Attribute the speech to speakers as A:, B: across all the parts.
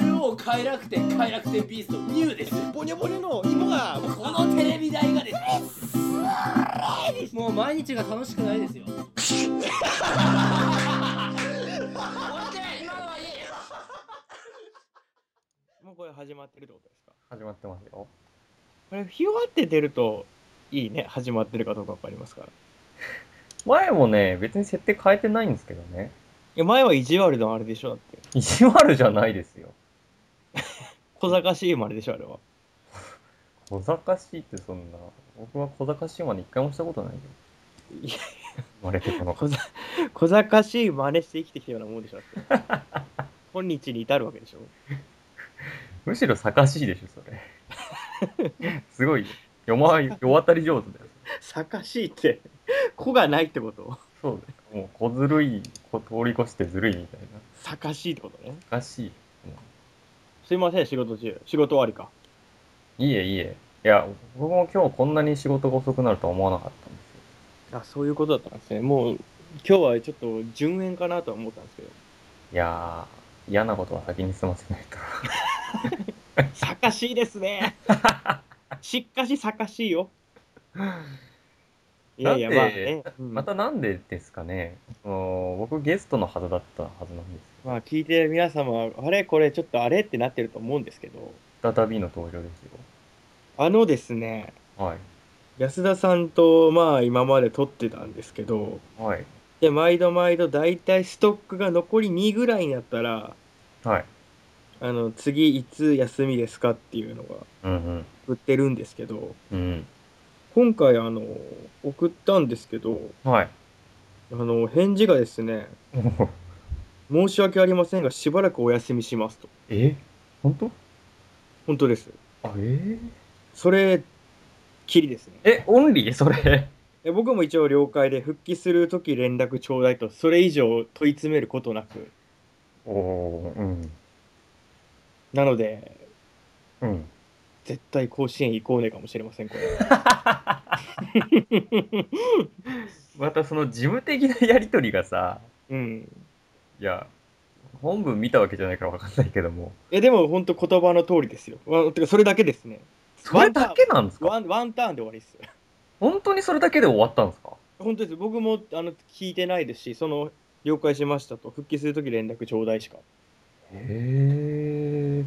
A: 超快楽天快楽天ビーストニューです
B: ボニョボニョの芋が
A: このテレビ台がですねもう毎日が楽しくないですよ
B: もうこれ始まってるってことですか
C: 始まってますよ。
B: これ日を当ててるといいね始まってるかどうか分かりますからい
C: 前もね、別に設定変えてないんですけどね。
B: や前は意地悪のあれでしょだって
C: 意地悪じゃないですよ。
B: 小賢しいもあれでしょあれは
C: 小賢しいってそんな、僕は小賢しいまで一回もしたことないよ。
B: いや
C: 生まれてこの
B: 小ざ小賢しい真似して生きてきたようなもんでしょだって今日に至るわけでしょ
C: むしろ賢しいでしょ、それ。 すごいよ。世回り、世渡り上手だよ。
B: 賢しいって子がないってこと
C: そうだよ。もう、小ずるい、こ通り越してずるいみたいな。
B: 賢しいってことね
C: 賢しい。
B: すいません仕事中仕事終わりか
C: いいえ、いいえ。いや、僕も今日こんなに仕事が遅くなるとは思わなかったんですよ。
B: あそういうことだったんですねもう今日はちょっと順延かなとは思ったんですけど
C: いやー、嫌なことは先に済ませないと。
B: 賢しいですねしっかし賢しい よいやいやまあね、うん
C: またなんでですかね、その僕ゲストのはずだったはずなんです
B: まあ聞いてる皆様あれこれちょっとあれってなってると思うんですけど
C: よ。再びの登場ですよ。
B: あのですね
C: はい。
B: 安田さんとまあ今まで撮ってたんですけど
C: はい。
B: で毎度毎度だいたいストックが残り2ぐらいになったら
C: はい。
B: あの次いつ休みですかっていうのが
C: うん
B: 売ってるんですけど
C: うん。
B: 今回あの送ったんですけど
C: うん。はい。
B: あの返事がですね申し訳ありませんがしばらくお休みしますと
C: え本当
B: 本当です
C: あ、え
B: それきりですね
C: ー、え、オンリーそれ。
B: で僕も一応了解で復帰する時連絡ちょうだいとそれ以上問い詰めることなく
C: おおうん。
B: なので
C: うん。
B: 絶対甲子園行こうねかもしれませんこれ
C: またその事務的なやりとりがさ、
B: うん
C: いや、本文見たわけじゃないからわかんないけども。
B: えでも本当言葉の通りですよわてかそれだけですね
C: それだけなんですか
B: ワンワンターンで終わりです
C: 本当にそれだけで終わったんですか
B: 本当です僕もあの聞いてないですしその了解しましたと復帰する時連絡ちょうだいしか
C: へえ。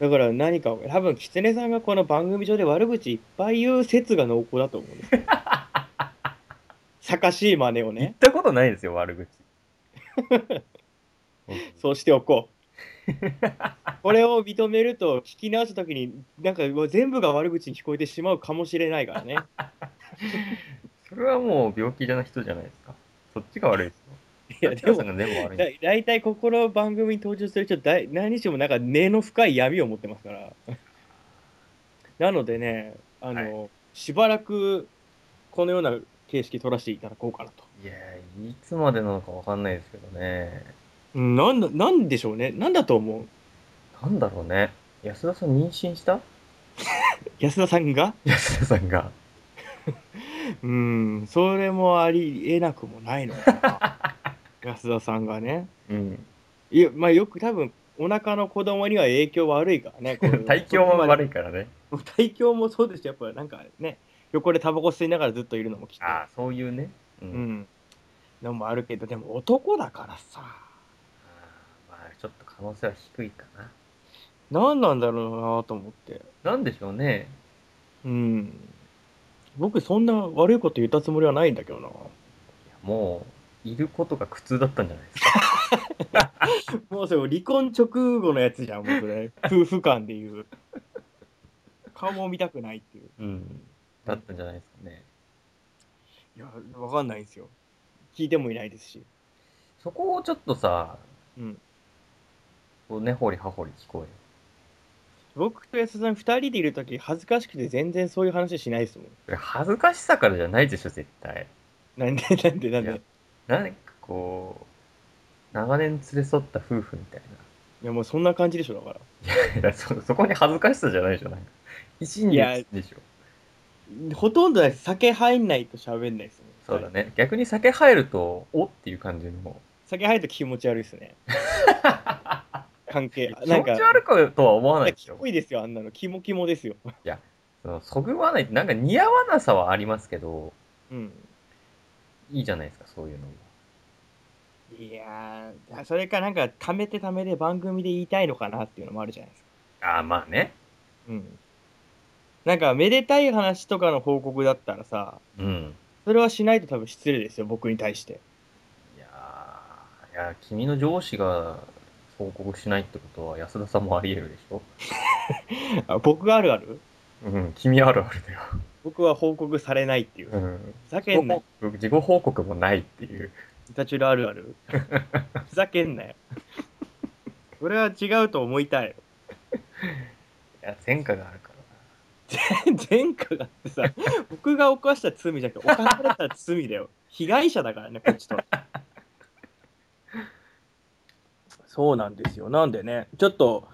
B: だから何か多分キツネさんがこの番組上で悪口いっぱい言う説が濃厚だと思うんですよ賢しい真似を
C: 言っ
B: ね
C: たことないですよ、悪口。
B: そうしておこうこれを認めると聞き直した時になんかうわ全部が悪口に聞こえてしまうかもしれないからね
C: それはもう病気じゃない人じゃないですか。そっちが悪いですよ。
B: いやで
C: さ
B: も
C: んが全部悪いん
B: だ
C: です。
B: 大体ここの番組に登場する人だい何しもなんか根の深い闇を持ってますからなのでねあの、しばらくこのような形式取らせていただこうかなと
C: いやー、いつまでなのかわかんないですけどね。
B: うんなんだなんでしょうねなんだと思う
C: なんだろうね。安田さん妊娠した
B: 安田さんが
C: 安田さんが。
B: うんそれもありえなくもないのか な安田さんがね
C: うん。
B: いやまあよく多分お腹の子供には影響悪いからね
C: 体調は悪
B: い
C: いからね。
B: 体調もそうですしやっぱなんかね横でタバコ吸いながらずっといるのもきっと
C: ああ、そういうね。うん。
B: うん、のもあるけどでも男だからさ
C: あーまあ、ちょっと可能性は低いかな。
B: 何なんだろうなと思って
C: なんでしょうね。
B: うん僕そんな悪いこと言ったつもりはないんだけどない
C: やもう、いることが苦痛だったんじゃないですか。
B: もうそれ離婚直後のやつじゃんもうそ れ夫婦間で言う顔も見たくないっていう
C: うん。だったんじゃないですかね。
B: いやわかんないんですよ聞いてもいないですし
C: そこをちょっとさ、
B: うん
C: こうねほりはほり聞こえよ
B: 僕と安田さん2人でいる時恥ずかしくて全然そういう話しないですもん
C: それ恥ずかしさからじゃないでしょ絶対
B: なんでなんでなん
C: い
B: で
C: やなんかこう長年連れ添った夫婦みたい
B: いやもうそんな感じでしょだから
C: ない やそそこに恥ずかしさじゃないでしょなんか一
B: い
C: 理
B: や
C: でしょ
B: ほとんど酒入んないと喋んないですね。
C: そうだね逆に酒入るとおっていう感じの
B: 酒入ると気持ち悪いですね。関係。
C: 気
B: なん
C: 持
B: か、
C: ち悪くとは思わないです
B: キ
C: よ
B: モ。いですよ、あんなの。キモキモですよ。
C: そのそぐわないって、なんか似合わなさはありますけど、
B: うん。
C: いいじゃないですか、そういうのも。
B: いやー、それかなんか、貯めて貯めて番組で言いたいのかなっていうのもあるじゃないですか。
C: ああ、まあね。
B: うん。なんか、めでたい話とかの報告だったらさ、
C: うん。
B: それはしないと多分失礼ですよ、僕に対して。
C: いやーいや君の上司が報告しないってことは安田さんもあり得るでしょ
B: あ僕あるある
C: うん、君あるあるだよ。
B: 僕は報告されないっていう。
C: うん。
B: ふざけ
C: 自己
B: んな
C: 報
B: よ。
C: 告自己報告もないっていう。
B: イタチュラあるある。ふざけんなよ。 それは違うと思いたい。
C: いや、前科があるから
B: 前科があってさ、僕が犯した罪じゃなくて、犯された罪だよ。被害者だからね、こっちと。そうなんですよ。なんでね、ちょっと、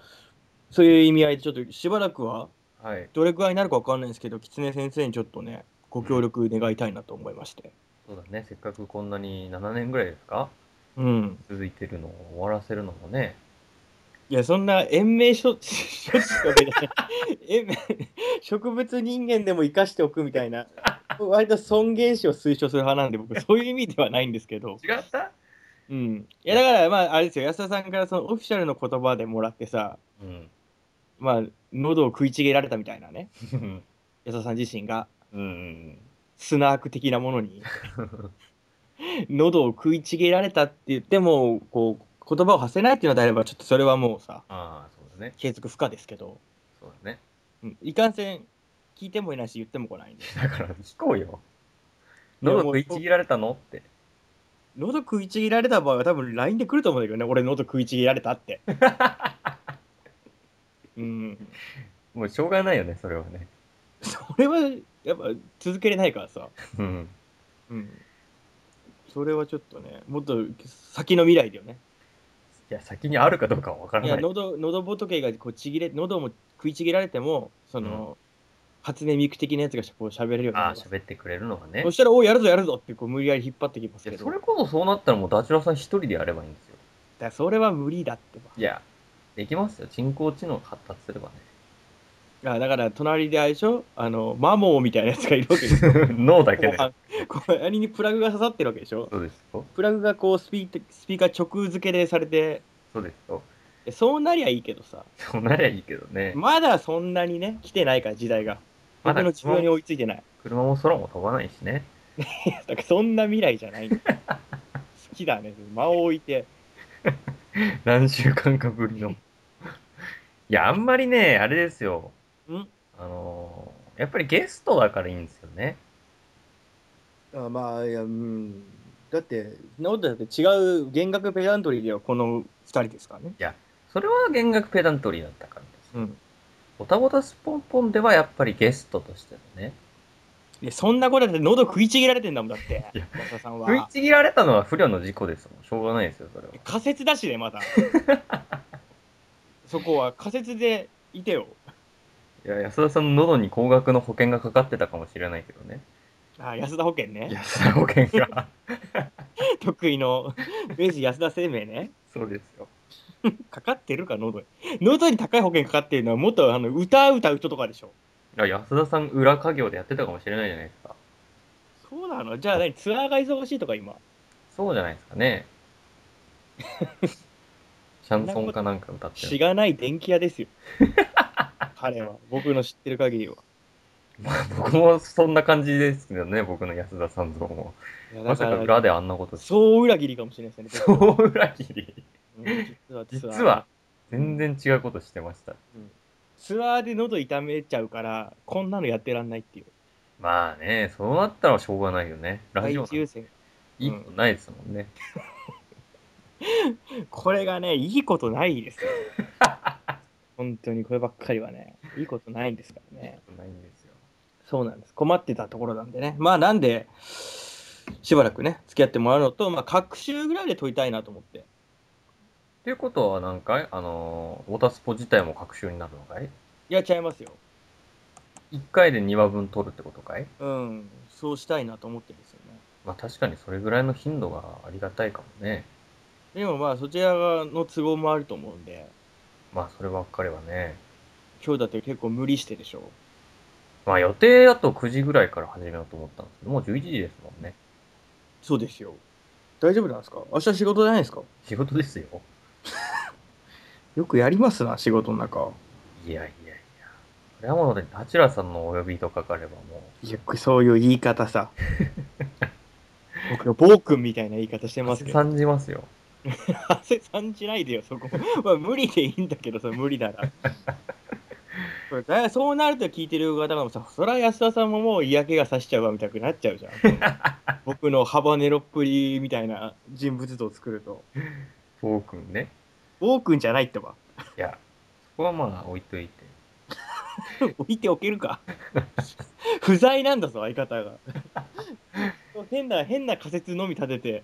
B: そういう意味合いで、ちょっとしばらくは、
C: な。はい。
B: どれくらいになるかわかんないんですけど、狐先生にちょっとね、ご協力願いたいなと思いまして。
C: そうだね、せっかくこんなに7年ぐらいですか
B: うん。
C: 続いてるのを終わらせるのもね。
B: いや、そんな延命処処置 とかじゃない延命植物人間でも生かしておくみたいな、割と尊厳死を推奨する派なんで、僕、そういう意味ではないんですけど。
C: 違った
B: うん、いやだからまああれですよ安田さんからそのオフィシャルの言葉でもらってさ
C: うん。
B: まあ喉を食いちぎられたみたいなね
C: うん
B: 安田さん自身が
C: うん。
B: スナーク的なものに喉を食いちぎられたって言ってもこう言葉を発せないっていうのであればちょっとそれはもうさ
C: ああ、そうだね。
B: 継続不可ですけど、
C: そうだね。
B: うん、いかんせん聞いてもいないし言ってもこないんで
C: だから、聞こうよ。喉食いちぎられたのって。
B: 喉食いちぎられた場合は多分 LINE で来ると思うんだけどね俺喉食いちぎられたって うん
C: もうしょうがないよね、それはね。
B: それはやっぱ続けれないからさ
C: うん。
B: うん、それはちょっとねもっと先の未来だよね
C: いや、先にあるかどうかは分から
B: い
C: な
B: や
C: い。
B: 喉喉仏がこうちぎれ喉も食いちぎられてもその、初音ミク的なやつがしゃこう喋れるように
C: あ
B: な
C: あ、
B: ります
C: 喋ってくれるのがね
B: そ。したら「おうやるぞやるぞ」ってこう無理やり引っ張ってきますけ
C: いや、
B: ど
C: それこそそうなったらもうダチュラさん一人でやればいいんですよ。
B: だそれは無理だってば
C: いや、できますよ。人工知能が発達すればね。
B: あだから隣であれでしょあのマモーみたいなやつがいるわけで しょ
C: 脳だけ
B: 後
C: で。
B: 半こうあれにプラグが刺さってるわけでしょ
C: そうですよ。
B: プラグがこうスピースピーカー直付けでされて
C: そうですよ。
B: いやそうなりゃいいけどさ
C: そうなりゃいいけどね。
B: まだそんなにね来てないから時代が
C: ま
B: 僕
C: だ
B: の需要に追いついてない
C: 車も空も飛ばないしね。
B: だからそんな未来じゃないんだよ好きだね間を置いて
C: 何週間かぶり の。いや、あんまりね、あれですよ。
B: ん
C: あのーやっぱりゲストだからいいんですよね。
B: あまあいやうんだってそんなことだって違う弦楽ペダントリーではこの2人ですからね
C: それは弦楽ペダントリーだったからです。
B: うん
C: ボタボタスポンポンではやっぱりゲストとしてのね。
B: いやそんなことだって喉食いちぎられてんだもんだって
C: いや
B: 安田さん
C: 食い
B: は
C: ちぎられたのは不慮の事故ですもん。しょうがないですよ、それは。
B: 仮説だしねま だそこは仮説でいてよ
C: いや、安田さんの喉に高額の保険がかかってたかもしれないけどね。
B: あ安田保険ね
C: 安田保険が。
B: 得意の 明治安田生命ね
C: そうですよ。
B: かかってるか喉に喉に高い保険かかってるのはもっとあの歌歌う人とかでしょ
C: いや、安田さん裏稼業でやってたかもしれないじゃないですか。
B: そうなのじゃあ何ツアーが忙しいとか今
C: そうじゃないですか ね。シャンソンかなんか歌って
B: し
C: る。
B: がない電気屋ですよ彼は僕の知ってる限りは
C: まあ僕もそんな感じですけどね、僕の安田さん像も。
B: いや
C: ま
B: だ
C: さ
B: か
C: から裏であんなことして。
B: 総裏切りかもしれないです よね
C: そう裏切り。
B: 僕うんツアー
C: 実は、全然違うことしてました。
B: ツアーで喉痛めちゃうからこんなのやってらんないっていう
C: まあね、そうなったらしょうがないよね。ラ
B: 第
C: ジオなん
B: 一
C: てい
B: 優先
C: いことないですもんね。
B: これがねいいことないですよ本当にこればっかりはねいいことないんですからね
C: ないんですよ。
B: そうなんです。困ってたところなんでね。まあなんで、しばらくね、付き合ってもらうのと、まあ、各週ぐらいで問いたいなと思って。
C: っていうことはなんかいあのー、ウォータースポ自体も隔週になるのかい
B: いや、ちゃいますよ。
C: 一回で2話分取るってことかい
B: うん、そうしたいなと思ってるんですよね。
C: まあ確かにそれぐらいの頻度がありがたいかもね。
B: でもまあ、そちらの都合もあると思うんで、
C: まあそればっかりはね
B: 今日だって結構無理してでしょ
C: まあ予定だと9時ぐらいから始めようと思ったんですけどもう11時ですもんね
B: そうですよ大丈夫なんですか明日仕事じゃないですか
C: 仕事ですよ
B: よくやりますな仕事の中
C: いやいやいやそれはもうねナチュラさんのお呼びとかかればも
B: よくそういう言い方さ 僕の暴君みたいな言い方して
C: う
B: ますけど
C: 感じますよ
B: 汗さんじないでよ、そこ。 まあ、無理でいいんだけど、それ無理な ら。これだそうなると聞いてる方がさ、そりゃ安田さんももう嫌気がさしちゃうわみたいになっちゃう じゃん。僕のハバネロっぷりみたいな人物像を作ると。
C: フォー君ね
B: 多くんじゃないってば。
C: いやそこはまあ置いといて
B: 置いておけるか。 不在なんだぞ、相方 が。変な、変な仮説のみ立てて。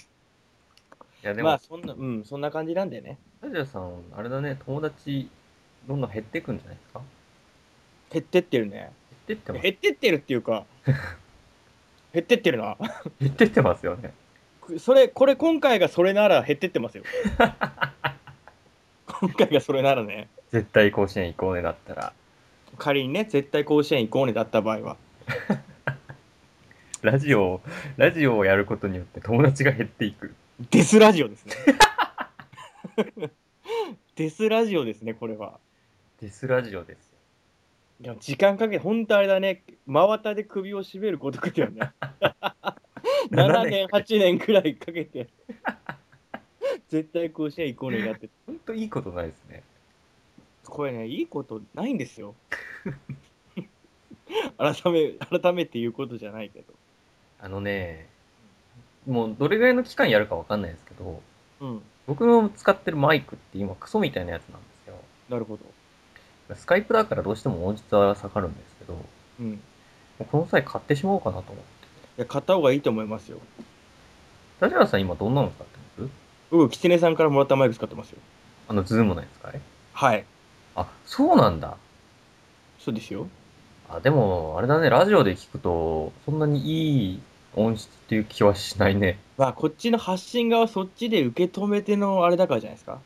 C: いやでも、
B: まあ、そんな、うん、そんな感じなんだよね。
C: ナチュラさんあれだね友達どんどん減ってくんじゃないですか
B: 減ってってるね。
C: 減ってってます
B: 減ってってるっていう か、減ってってるな。
C: 減ってってますよね
B: くそれこれ今回がそれなら減ってってますよ今回がそれならね
C: 絶対甲子園行こうねだったら
B: 仮にね絶対甲子園行こうねだった場合は
C: ラジオをラジオをやることによって友達が減っていく
B: デスラジオですね デスラジオですねこれは
C: デスラジオですよ
B: でも時間かけて本当あれだね真綿で首を絞めることくだよね7年8年くらいかけて絶対甲子園行こうねだって
C: ほんといいことないですね
B: これねいいことないんですよ 改め改めて言うことじゃないけど
C: あのねもうどれぐらいの期間やるかわかんないですけど
B: うん
C: 僕の使ってるマイクって今クソみたいなやつなんですよ
B: なるほど
C: スカイプだからどうしても音質は下がるんですけども
B: うんいう
C: この際買ってしまおうかなと思って
B: や買った方がいいと思いますよ
C: ラジオさん今どんなの使ってます
B: 僕キツネさんからもらったマイク使ってますよ
C: あのズームのやつかい
B: はい
C: あそうなんだ
B: そうですよ
C: あでもあれだねラジオで聞くとそんなにいい音質っていう気はしないね
B: まあこっちの発信側そっちで受け止めてのあれだからじゃないですか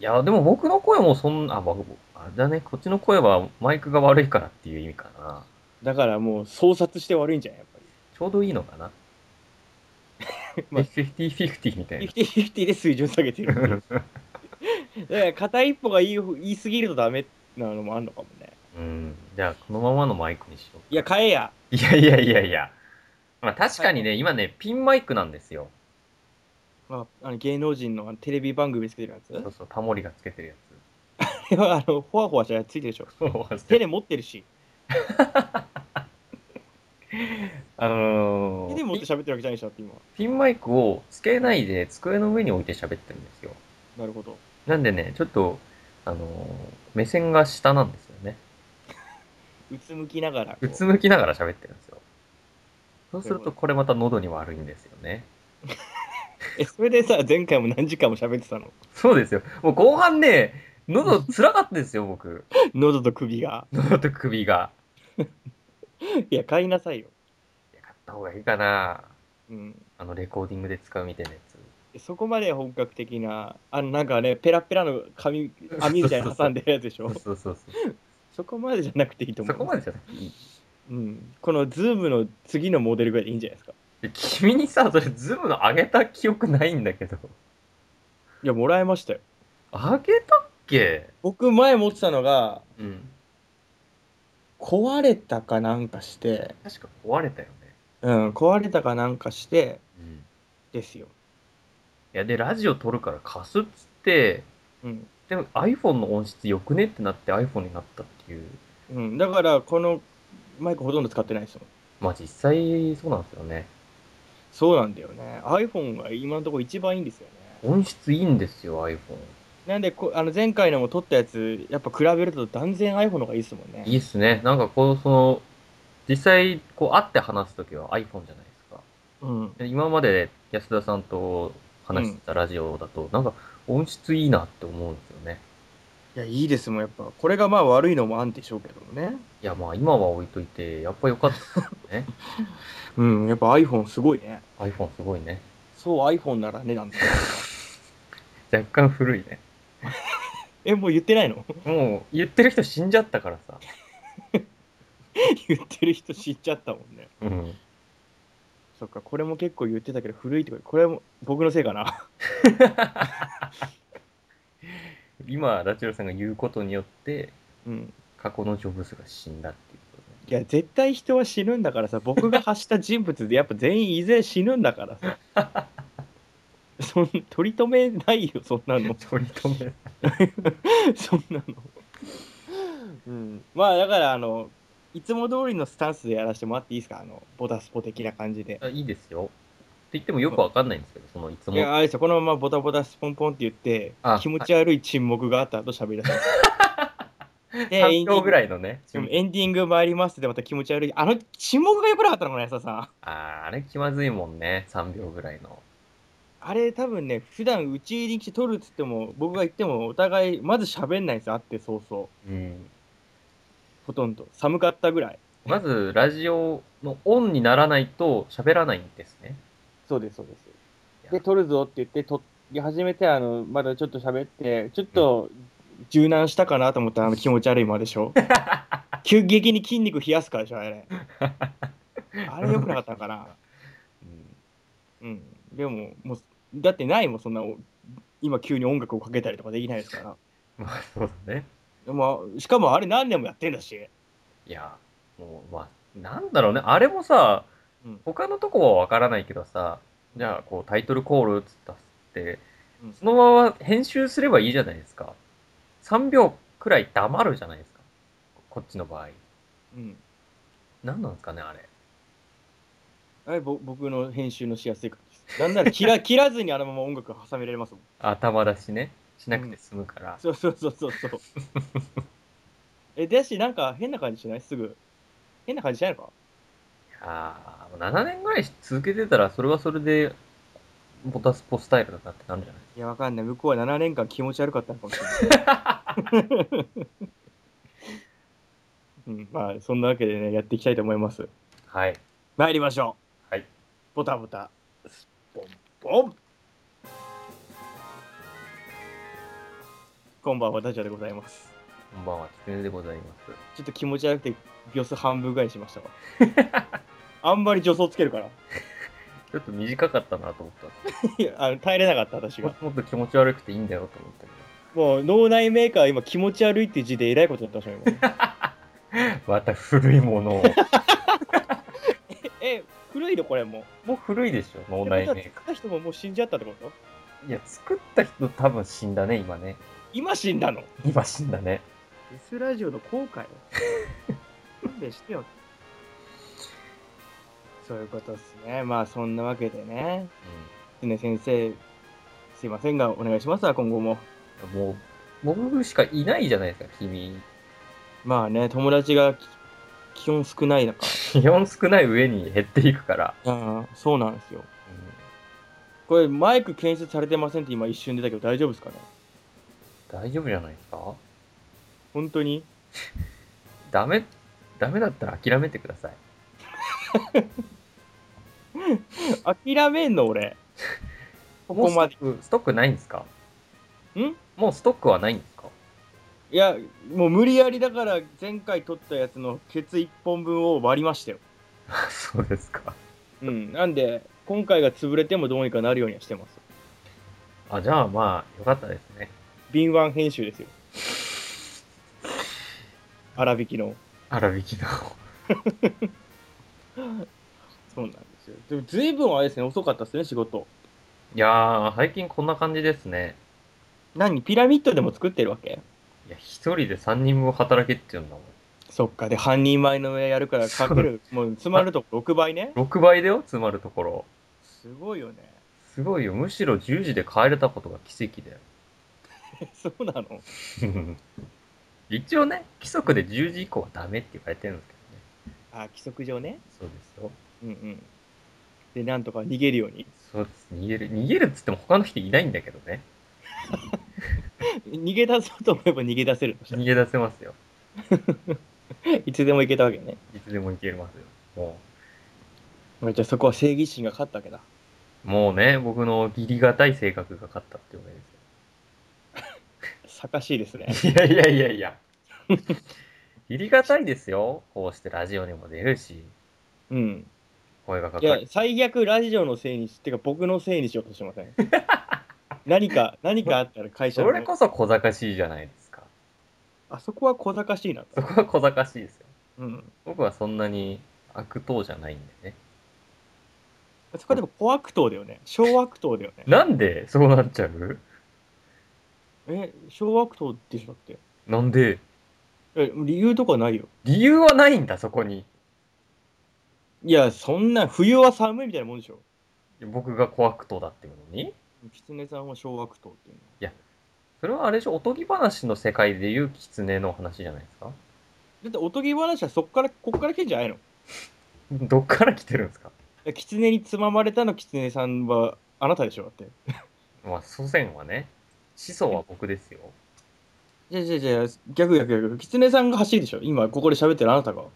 C: いや、でも僕の声もそんな、あ、僕あれだね、こっちの声はマイクが悪いからっていう意味かな。
B: だからもう創殺して悪いんじゃないやっぱ
C: ちょうどいいのかな。
B: まあ
C: 50-50みたい
B: り
C: な。
B: 50-50で水準下げてる だから片一方が言い言いすぎるとダメなのもあんのかもね
C: うん。じゃあ、このままのマイクにしよう。
B: いや買えや
C: いやいやいやいや。まあ確かにね、今ね、ピンマイクなんですよ。
B: まあ、あの芸能人のあのテレビ番組でつけてるやつ
C: そうそう、タモリがつけてるや
B: いやあの、ほわほわしたやつついてるでしょ。
C: つ。忘れて
B: 手で持ってるし、
C: あの
B: 手
C: ー
B: で持って喋ってるわけじゃないでしょ、だって今。
C: ピンマイクをつけないで机の上に置いて喋ってるんですよ。
B: なるほど。
C: なんでね、ちょっと、あのー目線が下なんですよね。
B: うつむきながらこう。
C: うつむきながら喋ってるんですよ。そうするとこれまた喉に悪いんですよね。
B: え、それでさ、前回も何時間も喋ってたの。
C: そうですよ。もう後半ね、喉辛かったですよ、僕。
B: 喉と首が。
C: 喉と首が。
B: いや、買いなさいよ。
C: いや買った方がいいかな。
B: うん。
C: あの、レコーディングで使うみたいなやつ。
B: そこまで本格的な、あの、なんかね、ペラペラの紙、網みたいなの挟んでるやつでし
C: そ
B: ょ
C: う。そうそうそ
B: そこまでじゃなくていいと
C: う。
B: 思。
C: そうこまでじゃなくていい。
B: うん。このズームの次のモデルぐらいでいいんじゃないですか。
C: で君にさ、それ、ズームの上げた記憶ないんだけど。
B: いや、もらえましたよ。
C: 上げたっけ
B: 僕、前持ってたのが、
C: うん。
B: 壊れたかなんかして、
C: 確か壊れたよね。
B: うん、壊れたかなんかして、
C: うん。い
B: ですよ。
C: や、で、ラジオ撮るから貸すっつって、
B: うん。
C: でも iPhone の音質良くねってなって iPhone になったっていう。
B: うん、だからこのマイクほとんど使ってないですもん
C: まあ実際そうなんですよね。
B: そうなんだよね iPhone が今のところ一番いいんですよね
C: 音質いいんですよ、iPhone。
B: なんでこあの前回のも撮ったやつやっぱ比べると断然 iPhone の方がいいですもんね
C: いいっすね。なんかこう、その、実際、こう会って話すときは iPhone じゃないですか。
B: うん
C: で今まで安田さんと話してたラジオだと、なんか音質いいなって思うんですよね。
B: いやいいですもんやっぱこれがまあ悪いのもあるんでしょうけどもね
C: いや、まあ今は置いといて、やっぱ良かったですよね。
B: うんやっぱ iPhone すごいね
C: iPhone すごいね。
B: そう iPhone ならねなんだよ
C: 若干古いね。
B: え、もう言ってないの
C: もう、言ってる人死んじゃったからさ。
B: 言ってる人知っちゃったもんね。
C: うん。
B: そっか、これも結構言ってたけど、古いってこと、これも僕のせいかな。
C: 今、ラチュラさんが言うことによって、
B: うん。
C: 過去のジョブズが死んだっていうことね。
B: いや、絶対人は死ぬんだからさ、僕が発した人物で、やっぱ全員いずれ死ぬんだからさ。 そん取り留めないよ、そんなの。
C: 取り留め。
B: そんなの。うん、まあだからあのいつも通りのスタンスでやらせてもらっていいですかあのボタスポ的な感じで。
C: あいいですよ。って言ってもよくわかんないんですけど、そのいつ
B: い
C: も。
B: やあれですよこのままボタボタスポンポンって言って
C: あ
B: 気持ち悪い沈黙があった後喋り出す。 で
C: 3秒ぐら
B: い。
C: いのね。
B: でもエンディング参りますってまた気持ち悪い。あの沈黙が良くなかったのかな、安田さん。
C: あーあれ気まずいもんね。3秒ぐらいの。
B: あれ多分ね、普段うちに来て撮るっつっても、僕が言ってもお互いまず喋んないんですよ、あってそうそう。
C: うん。
B: ほとんど。寒かったぐらい。
C: まず、ラジオのオンにならないと喋らないんですね。
B: そうです、そうです。
C: い
B: で、
C: や
B: 撮るぞって言って、撮り始めて、あの、まだちょっと喋って、ちょっと柔軟したかなと思ったら、あの気持ち悪い間でし ょ急激に筋肉冷やすからでしょ、あれ。あれ良くなかったのかな。
C: うん
B: うん。でも、もう、だってないもん、そんな、お今急に音楽をかけたりとかできないですから。
C: まあ、そうだね。
B: でも、しかもあれ何年もやってんだし。
C: いや、もう、まあ、なんだろうね。あれもさ
B: うん、
C: 他のとこはわからないけどさ、じゃあ、こう、タイトルコールっつったって
B: うん、
C: そのまま編集すればいいじゃないですか。3秒くらい黙るじゃないですか。こっちの場合。
B: うん。
C: 何なんですかね、あれ。
B: あれ、ぼ僕の編集のしやすい感じです。なんなら切ら 切らずにあのまま音楽挟められますもん。
C: 頭出しね。しなくて済むから。
B: そうそうそうそうそう。え、だし、なんか変な感じしないすぐ。変な感じしないのか
C: ああ、7年ぐらい続けてたら、それはそれで、ボタスポスタイルだなってなるんじゃない
B: いや、わかんない。向こうは7年間気持ち悪かったのかもしれない。 うん、まあ、そんなわけでね、やっていきたいと思います。
C: はい。
B: 参りましょう。
C: はい。
B: ボタボタ。ボンボン。こんばんは、ダジャレでございます。
C: こんばんは、キツネでございます。
B: ちょっと気持ち悪くて、秒数半分ぐらいにしましたわ。 あんまり助走つけるから。
C: ちょっと短かったなと思った。
B: いや、 あの耐えれなかった、私
C: も
B: が
C: っ。ともっと気持ち悪くていいんだよと
B: も
C: 思った
B: う脳内メーカーは今気持ち悪いっていう字でえらいことになってました よ今
C: けど。ま た古いもの を。
B: え古いのこれも
C: もう古いでしょ、脳
B: う
C: 内
B: って
C: メー
B: こ
C: カ
B: とは作った人ももう死んじゃったってこと
C: ー。いや、作った人多分死んだね、今ね。
B: 今死んだの
C: 今死んだね。
B: S ラジオの後悔勘弁してよそういうことですねまあそんなわけでねね先生すいませんがお願いしますわ今後も
C: うん。もう、僕しかいないじゃないですか、君。
B: まあね友達がき基本少ない中
C: 基本少ない上に減っていくから。
B: うんそうなんですよこれマイク検出されてませんって今一瞬出たけど大丈夫ですかね
C: 大丈夫じゃないですか
B: 本当に
C: ダメ、ダメだったら諦めてください。
B: 諦めんの俺ここまで
C: もうストック、ストックないんですか
B: ん
C: もうストックはないんですか
B: いやもう無理やりだから前回取ったやつのケツ1本分を割りましたよ
C: あそうですか。
B: うんなんで今回が潰れてもどうにかなるようにはしてます
C: あ、じゃあまあ、よかったですね。
B: 敏腕編集ですよ粗挽きの
C: 粗引きの。
B: そうなんですよでも随分あれですね遅かったですね仕事
C: いやー、最近こんな感じですね。
B: 何ピラミッドでも作ってるわけ
C: いや、一人で三人分働けっていうんだもん。
B: そっかで半人前の上やるからかけるもう詰まるとこ6倍ね
C: 6倍だよ、詰まるところ。
B: すごいよね
C: すごいよ。むしろ10時で帰れたことが奇跡だよ。
B: そうなの
C: 一応ね、規則で10時以降はダメって言われてるんですけどね。
B: あ規則上ね
C: そうですよ。
B: うんうんでなんとか逃げるように
C: そうです。逃げる、逃げるっつっても他の人いないんだけどね。
B: 逃げ出そうと思えば逃げ出せる
C: 逃げ出せますよ。
B: いつでも行けたわけね
C: いつでも行けますよ。も
B: じゃあそこは正義心が勝ったわけだ
C: う、もうね、僕の義理がたい性格が勝ったっていうわけですよ。
B: かしいですね。
C: いやいやいやいや。入りがたいですよ。こうしてラジオにも出るし、
B: うん。
C: 声がか
B: い
C: か
B: や
C: る。、
B: 最悪ラジオのせいにし、てか僕のせいにしようとしてませ ん。何か、何かあったら会社
C: そ
B: の
C: れこそ小賢しいじゃないですか。
B: あそこは小賢しいな
C: そ
B: と。
C: こは小賢しいですよ。
B: うん。
C: 僕はそんなに悪党じゃないんでね。
B: そこはでも小悪党だよね。小悪党だよね。
C: なんでそうなっちゃう
B: え、小悪党でしょだって。
C: なんで
B: え、理由とかないよ。
C: 理由はないんだ、そこに。
B: いや、そんな、冬は寒いみたいなもんでしょ。
C: 僕が小悪党だっていうのに。
B: 狐さんは小悪党っていうの。
C: それはあれでしょ、おとぎ話の世界でいう狐の話じゃないですか
B: だっておとぎ話はそっから、こっから来てんじゃないの
C: どっから来てるんですか
B: 狐につままれたの狐さんはあなたでしょだって。
C: まあ、祖先はね、始祖は僕ですよ。
B: じゃあじゃあじゃあ逆逆逆。狐さんが走るでしょ今ここで喋ってるあなたが。
C: ちょ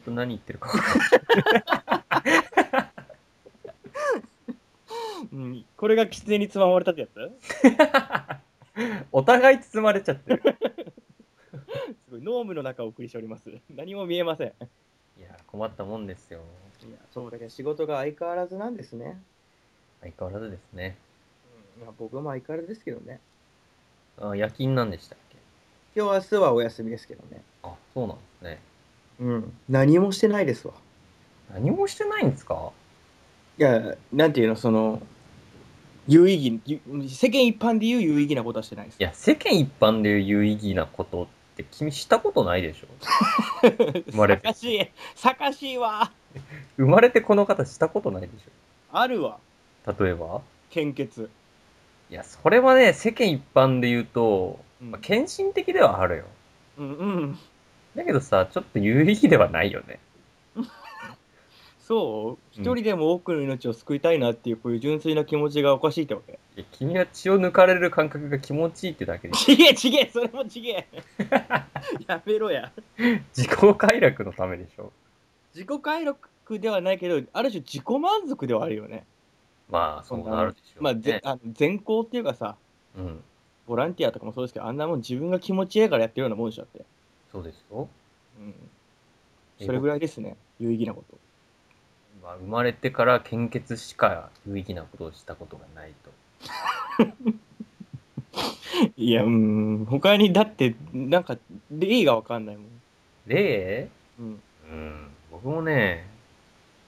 C: っと何言ってるか分 かんない。
B: うん。これが狐につままれたってやつ
C: お互い包まれちゃってる。
B: すごい。脳無の中をお送りしております。 何も見えません。い
C: いや、困ったもんですよ。
B: や、そうだけど仕事が相変わらずなんですね。
C: 相変わらずですね。
B: うん。まあ僕も相変わらずですけどね。
C: あ夜勤なんでしたっけ
B: 今日明日はお休みですけどね。
C: あ、そうなんですね。
B: うん。何もしてないですわ。
C: 何もしてないんですか
B: いや、なんていうの、その、有意義、ゆ世間一般で言う有意義なことはしてないです
C: い。や、世間一般で有意義なことって君したことないでしょ生まれて
B: かしい、 さかしいわ。
C: 生まれてこの方したことないでし
B: あるわ、
C: ょ例えば
B: 献血。
C: いや、それはね、世間一般で言うと、
B: うん
C: まあ、献身的ではあるよ。
B: うんうん。
C: だけどさ、ちょっと有意義ではないよね。
B: そう
C: うん
B: 一人でも多くの命を救いたいなっていう、こういう純粋な気持ちがおかしいってわけ。
C: いや君は血を抜かれる感覚が気持ちいいってだ けで、
B: ちげえちげえ、それもちげ え。やめろや。
C: 自己快楽のためでしょ。
B: 自己快楽ではないけど、ある種自己満足ではあるよね。
C: まあ、そうなるでしょう、ね。
B: まあ、ぜあの善行っていうかさ、
C: うん、
B: ボランティアとかもそうですけど、あんなもん自分が気持ちいいからやってるようなもんでしょだって。
C: そうですよ。
B: うん。それぐらいですね、有意義なこと。
C: まあ、生まれてから献血しか有意義なことをしたことがないと。
B: いや、うーん、他にだって、なんか、例がわかんないもん。
C: 例
B: うん。
C: うん、僕もね、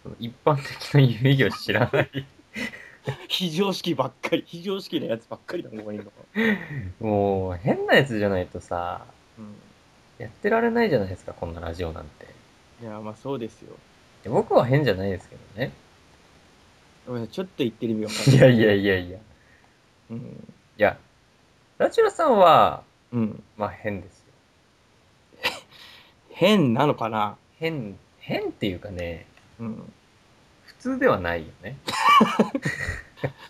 C: その一般的な有意義を知ら ない。
B: 非常識ばっかり、非常識なやつばっかりだもん、ここにいるの。
C: もう、変なやつじゃないとさ、
B: うん。
C: やってられないじゃないですか、こんなラジオなんて。
B: いや、まあそうですよ。
C: で僕は変じゃないですけどね。
B: ごめんなさいちょっと言ってる意味わかん
C: い
B: ない。
C: やいやいやいや。い
B: うん。
C: や、ラチュラさんは、
B: うん。
C: まあ変ですよ。
B: 変なのかな
C: 変、変っていうかね、
B: うん。
C: 普通ではないよね。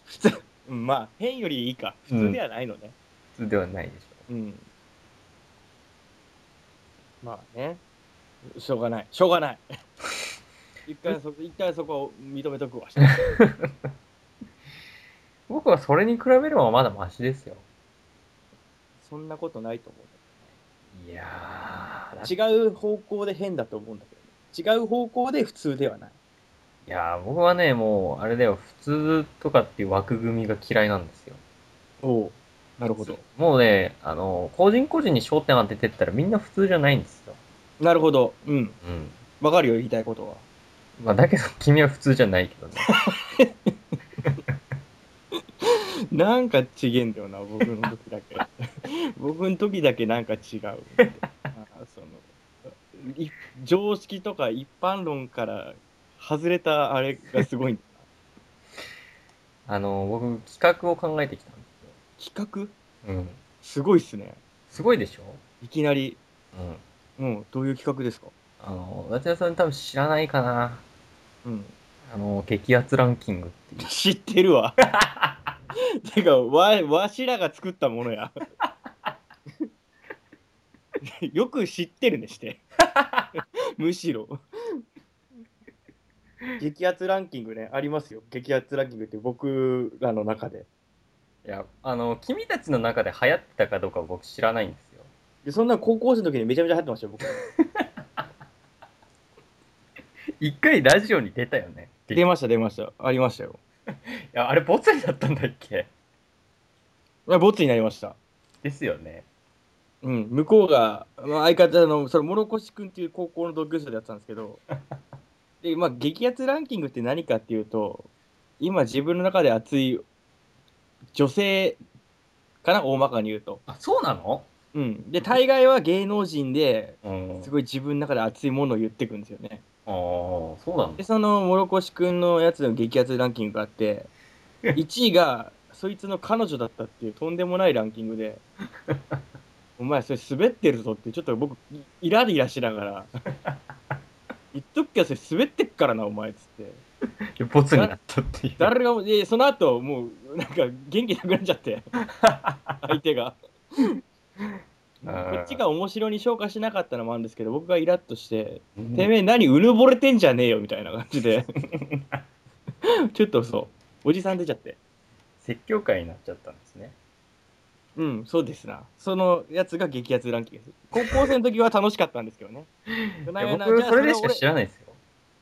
B: 普通、うんまあ、変よりいいか。普通ではないのね。
C: 普通ではないでし
B: うん。まあね。しょうがない。しょうが ない。一回そこ、一回そこを認めとくわ。
C: ょ。僕はそれに比べればまだマシですよ。
B: そんなことないと思う。
C: いやー、ラチ
B: 違う方向で変だと思うんだけど、ね、違う方向で普通ではない。
C: いやー、僕はね、もう、あれだよ、普通とかっていう枠組みが嫌いなんですよ。
B: おお、なるほど。
C: もうね、あの、個人個人に焦点当ててったらみんな普通じゃないんですよ。
B: なるほど。うん。
C: うん。
B: わかるよ、言いたいことは。
C: まあ、だけど君は普通じゃないけどね。
B: なんか違えんだよな、僕の時だけ。 僕の時だけなん か違う。あーそのい常識とか一般論から外れたあれがすごい。
C: あの、僕、企画を考えてきたんで
B: 企画
C: すよ。うん。
B: すごいっすね。
C: すごいでしょ
B: いきなり。
C: うん。
B: うん、どういう企画ですか
C: あの、伊達さん多分知らないかな。
B: うん。
C: あの、激アツランキングっていう。
B: 知ってるわ。てかわ、わしらが作ったものや。よく知ってるねして。むしろ。激アツランキングね、ありますよ。激アツランキングって僕らの中で。
C: いや、あの、君たちの中で流行ってたかどうかは僕知らないんですよ。
B: でそんな高校生の時にめちゃめちゃ流行ってましたよ、僕。
C: 一回ラジオに出たよね。
B: 出
C: い
B: ました、出ました。ありましたよ。
C: や、あれ、ボツになったんだっけ
B: いやボツになりました。
C: ですよね。
B: うん、向こうが、まあ、相方のそれ諸越君っていう高校の同級生だったんですけ どで、まあ、激アツランキングって何かっていうと今自分の中で熱い女性かな大まかに言うと、
C: あ、そうなの
B: うん、で大概は芸能人で
C: うん。あ
B: すごい自分の中で熱いものを言ってくんですよね
C: あー、そうなん
B: で
C: だ。
B: その諸越君のやつの激アツランキングがあって1位がそいつの彼女だったっていうとんでもないランキングでお前それ滑ってるぞってちょっと僕いイライラしながら言っとくけどそれ滑ってっからなお前っつって
C: でボツになったっていう。
B: 誰がもでその後もうなんか元気なくなっちゃって相手がこっちが面白に消化しなかったのもあるんですけど僕がイラッとして
C: うん
B: てめえ何うぬぼれてんじゃねえよみたいな感じ でちょっとそうおじさん出ちゃって
C: 説教会になっちゃったんですね。
B: うんそうですなそのやつが激アツランキングです高校生の時は楽しかったんですけど ね夜な夜な
C: 僕
B: じゃあ
C: それでし
B: それ
C: か
B: 俺
C: 知らないですよ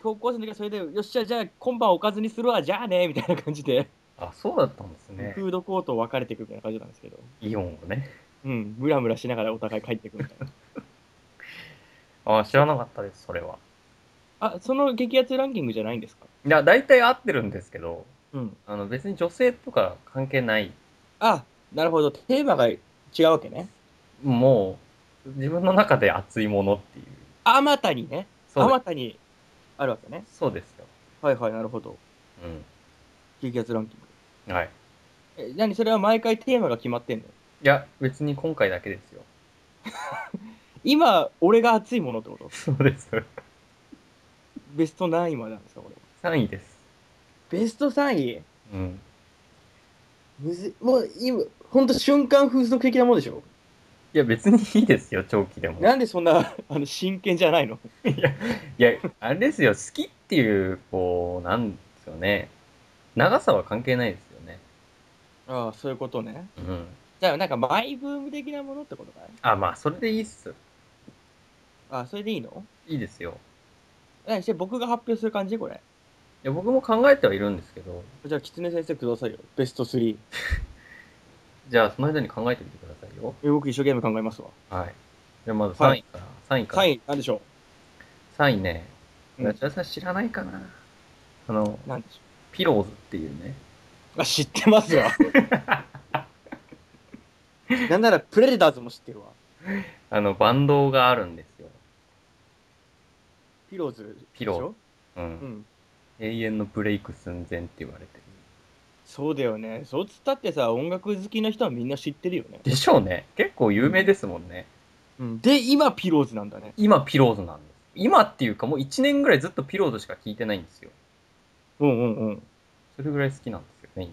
B: 高校生の時はそれでよっしゃじゃあ今晩おかずにするわじゃあねみたいな感じで、
C: あそうだったんですね
B: フードコートを分かれていくみたいな感じなんですけど
C: イオンをね
B: うんムラムラしながらお互い帰ってくみたいな
C: あ知らなかったですそれは
B: あその激アツランキングじゃないんですか
C: いや大体合ってるんですけど
B: うん
C: あの別に女性とか関係ない
B: あなるほどテーマが違うわけね
C: もう自分の中で熱いものっていう
B: あまたにねあ
C: そう
B: ま
C: で
B: たにあるわけね
C: すそうですよ
B: はいはいなるほど激アツランキング
C: うんはい
B: え、何それは毎回テーマが決まってんの
C: いや別に今回だけですよ
B: 今、俺が熱いものってこと
C: そうです
B: ベスト何位までなんですか、これ。
C: 3位です
B: ベスト3位
C: うん
B: むずもう今、ほんと瞬間風俗的なもんでしょ
C: いや別にいいですよ長期でも
B: なんでそんなあの真剣じゃないの
C: いや、いや、あれですよ、好きっていう、こう、なんですよね。長さは関係ないですよね。
B: ああ、そういうことね。
C: うん。
B: じゃあ、なんかマイブーム的なものってことかい
C: あ、まあ、それでいいっす。
B: ああ、それでいいの
C: いいですよ。
B: 何して僕が発表する感じこれ。
C: いや、僕も考えてはいるんですけど、
B: じゃあ、狐先生くださいよ。ベスト3。
C: じゃあ、その間に考えてみてくださいよ。
B: え僕一生懸命考えますわ。
C: はい。じゃあ、まず3
B: はい
C: 位から。3位から。
B: 3位、なんでしょ
C: 3位ね。
B: うん
C: じゃあ、さん知らないかな。あの、
B: うなんでしょ
C: ピローズっていうね。
B: うあ、知ってますわ。 なんなら、プレデターズも知ってるわ。
C: あの、バンドがあるんですよ。
B: ピローズ
C: ピロー
B: でしょ
C: うん。
B: うん、
C: 永遠のブレイク寸前って言われてる。
B: そうだよね。そうつったってさ、音楽好きな人はみんな知ってるよね。
C: でしょうね。結構有名ですもんね。
B: うん、で、今、ピローズなんだね。
C: 今ピローズなんです今っていうかもう1年ぐらいずっとピローズしか聞いてないんですよ
B: うんうんうん。
C: それぐらい好きなんですよね今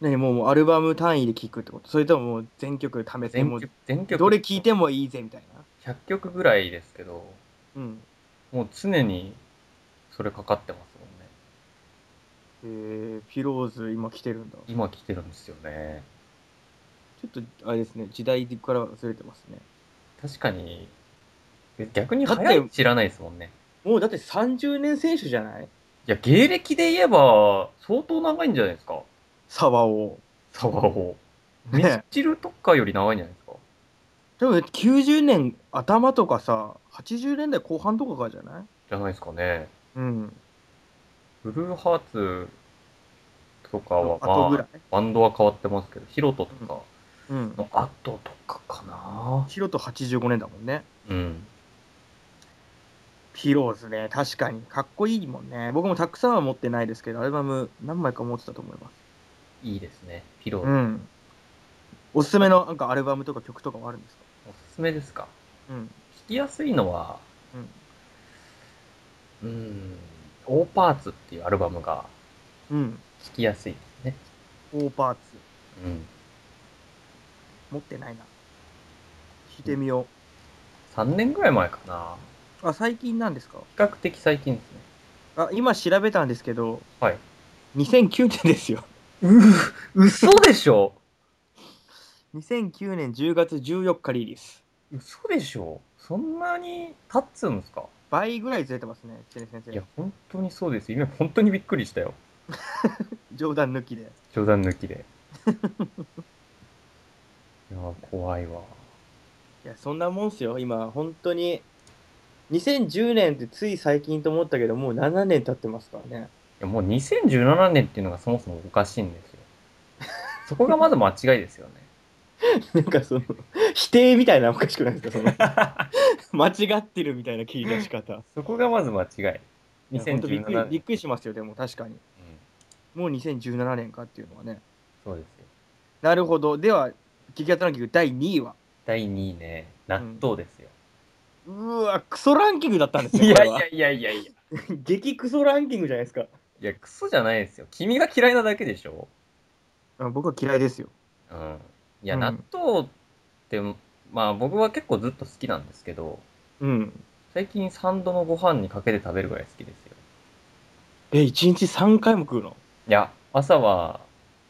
B: 何もうもうアルバム単位で聴くってことそれとももう全曲試せ
C: 全
B: もう
C: 曲全曲
B: どれ聴いてもいいぜみたいな。
C: 100曲ぐらいですけど
B: うん。
C: もう常にそれかかってますもんね
B: えー、ピローズ今来てるんだ。
C: 今聴いてるんですよね
B: ちょっと、あれですね、時代からずれてますね。
C: 確かにえ逆に
B: だって
C: 早い知らないですもんね
B: もうだって30年選手じゃない
C: いや芸歴で言えば相当長いんじゃないですか
B: 沢を。
C: サワホミス
B: ね。
C: チルとかより長いんじゃないですか
B: でも90年頭とかさ、80年代後半とかからじゃない
C: じゃないですかね
B: うん。
C: ブルーハーツとかは
B: あとぐ
C: ま
B: ら
C: あ
B: い。
C: バンドは変わってますけどヒロトとか、
B: うん。
C: の後とかかな
B: ヒロと85年だもんね。
C: うん。
B: ピローズね、確かに。かっこいいもんね。僕もたくさんは持ってないですけど、アルバム何枚か持ってたと思います。
C: いいですね。ピロー、
B: う
C: お
B: ん。おすすめのなんかアルバムとか曲とかはあるんですか
C: すすめですか
B: うん。
C: 聞きやすいのは、
B: うん。
C: うん、オーパーツっていうアルバムが
B: うん。
C: 聞きやすいですね。
B: オーパーツ。
C: うん。
B: 持ってないな。聞いてみよ
C: 3年ぐらい前かな
B: う。あ、最近なんですか
C: 比較的最近ですね。
B: あ、今調べたんですけど、
C: はい。
B: 2009年ですよ。
C: うう嘘でしょ
B: 2009年10月14日リリース。
C: 嘘でしょそんなに経っつうんですか
B: 倍ぐらいずれてますね、チェネ先
C: いや
B: 生。
C: 本当にそうです今本当にびっくりしたよ
B: 冗談抜きで。
C: 冗談抜き でいや怖いわ
B: いや、そんなもんすよ、今、本当に。2010年ってつい最近と思ったけど、もう7年経ってますからね。
C: いやもう2017年っていうのがそもそもおかしいんですよそこがまず間違いですよね
B: なんかその、否定みたいなのおかしくないですか、 その。間違ってるみたいな切り出し方。
C: そこがまず間違い
B: いや本当びっく
C: 2017
B: りび
C: 年
B: っくりしますよ、でも確かに。
C: うん
B: もう2017年かっていうのはね。
C: そうですよ
B: なるほど。では、激アツランキング第2位は。
C: 第2位ね納豆ですよ、
B: うわ、クソランキングだったんですよ。
C: い
B: こ
C: や
B: れ
C: い
B: は
C: やいやいやいや
B: 激クソランキングじゃないですか。
C: いやクソじゃないですよ君が嫌いなだけでしょ
B: あ僕は嫌いですよ。
C: うんいや、
B: うん
C: 納豆ってまあ僕は結構ずっと好きなんですけど
B: うん。
C: 最近3度のご飯にかけて食べるぐらい好きですよ
B: え、1日3回も食うの
C: いや朝は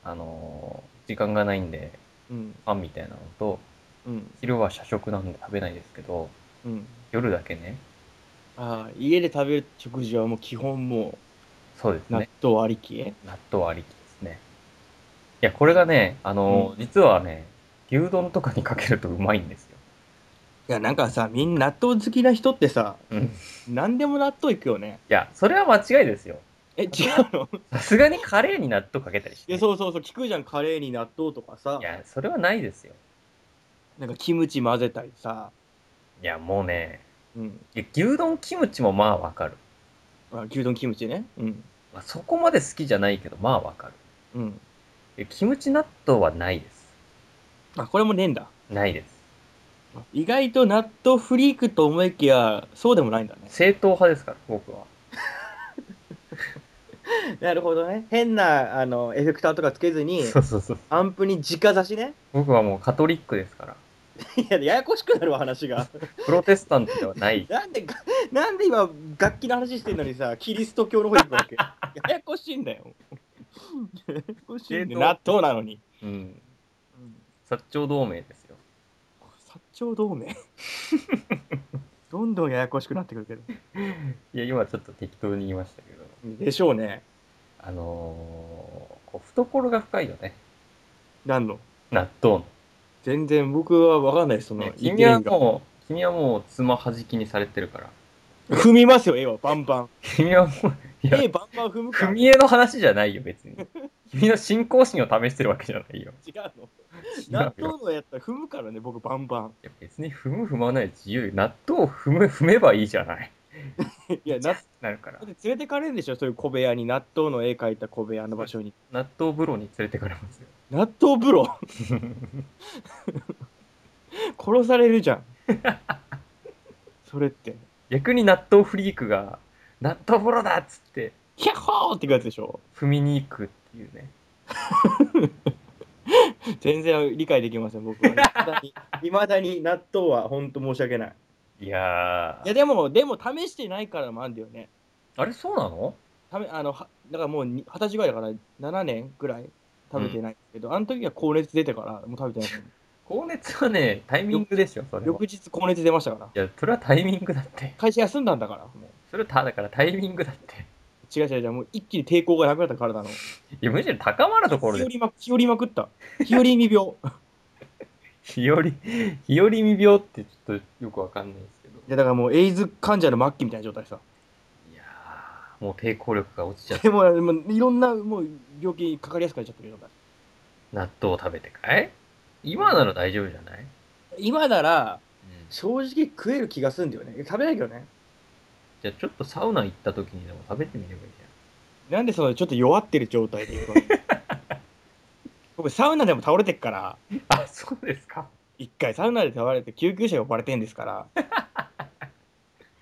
C: あのー時間がないんで
B: うん。
C: パンみたいなのと
B: うん。
C: 昼は社食なんで食べないですけど
B: うん。
C: 夜だけね
B: ああ、家で食べる食事はもう基本も
C: そうです
B: う、納
C: ね
B: 豆ありき。
C: 納豆ありきですねいやこれがねあのー実はね牛丼とかにかけるとうまいんですよ
B: いや、なんかさ、みんな納豆好きな人ってさ、
C: うんい
B: 何でも納豆いくよね。
C: やそれは間違いですよ
B: え、違うの
C: さすがにカレーに納豆かけたりし
B: い
C: て
B: や、そうそうそう、聞くじゃん、カレーに納豆とかさ
C: い、やそれはないですよ
B: なんかキムチ混ぜたりさ、
C: いやもうね
B: うん。
C: いや牛丼キムチもまあわかる、
B: あ牛丼キムチね。うん。
C: まあ、そこまで好きじゃないけどまあわかる
B: うん。
C: いやキムチ納豆はないです
B: あ、これもねえんだ。
C: ないです
B: 意外と納豆フリークと思いきや、そうでもないんだね。
C: 正統派ですから僕は
B: なるほどね。変な、あの、エフェクターとかつけずに、
C: そうそうそう
B: アンプに直差しね。
C: 僕はもうカトリックですから
B: いや、ややこしくなるわ、話が。
C: プロテスタントではない
B: なんで、なんで今、楽器の話してんのにさ、キリスト教の方行くわけ。 ややこしいんだよ。ややこしいんだよ納豆なのに。
C: うん薩長同盟ですよ
B: 薩長同盟 どんどんややこしくなってくるけど。
C: いや今ちょっと適当に言いましたけど
B: でしょうね。
C: あのーこう懐が深いよね
B: なんの
C: 納豆の
B: 全然僕は分かんないです、その
C: ね
B: 意見
C: 君は
B: が
C: もう君はもうつまはじきにされてるから
B: 踏みますよ、絵はバンバン。
C: 君はもういや
B: 絵バンバン踏むか
C: 踏
B: ら。違
C: み絵の話じゃないよ別に君の信仰心を試してるわけじゃないよ
B: うの。
C: 違うよ
B: 納豆のやったら踏むからね、僕バンバン。
C: いや別に踏む踏まない自由納豆を踏む踏めばいいじゃない
B: いや、納
C: なるから
B: 豆で連れてかれるんでしょ、そういう小部屋に、納豆の絵描いた小部屋の場所に。
C: 納豆風呂に連れてかれますよ
B: 納豆風 呂殺されるじゃん。それって。
C: 逆に納豆フリークが納豆風呂だっつって
B: キャッホーってやつでしょ。
C: 踏みに行くっていうね
B: 全然理解できません、僕は。いまだに、 未だに納豆は本当申し訳ない。
C: いやー
B: いや、でも、でも試してないからもあるんだよね。
C: あれそうなの
B: ためあのはだからもうに二十歳ぐらいだから7年ぐらい食べてないんですけど、あの時は高熱出てからもう食べてない
C: 高熱はねタイミングでしょそれは
B: 翌日高熱出ましたから
C: いやそれはタイミングだって
B: 会社休んだんだからも
C: それはただからタイミングだって
B: う違う違う違うもう一気に抵抗がなくなった体の
C: いやむしろ高まるところ
B: 日
C: で
B: 和ま日和まくった日和未病 い
C: 日和日和未病ってちょっとよくわかんないですけど
B: やだからもうエイズ患者の末期みたいな状態さ
C: いやーもう抵抗力が落ちちゃって
B: でももういろんなもう病気にかかりやすくなっちゃってる状態
C: 納豆を食べてかい今なら大丈夫じゃない、
B: 今なら正直食える気がするんだよね食べないけどね
C: じゃあちょっとサウナ行った時にでも食べてみればいいじゃん
B: なんでそのちょっと弱ってる状態で行 くの僕サウナでも倒れてっから
C: あ そうですか
B: 一回サウナで倒れて救急車呼ばれてんです から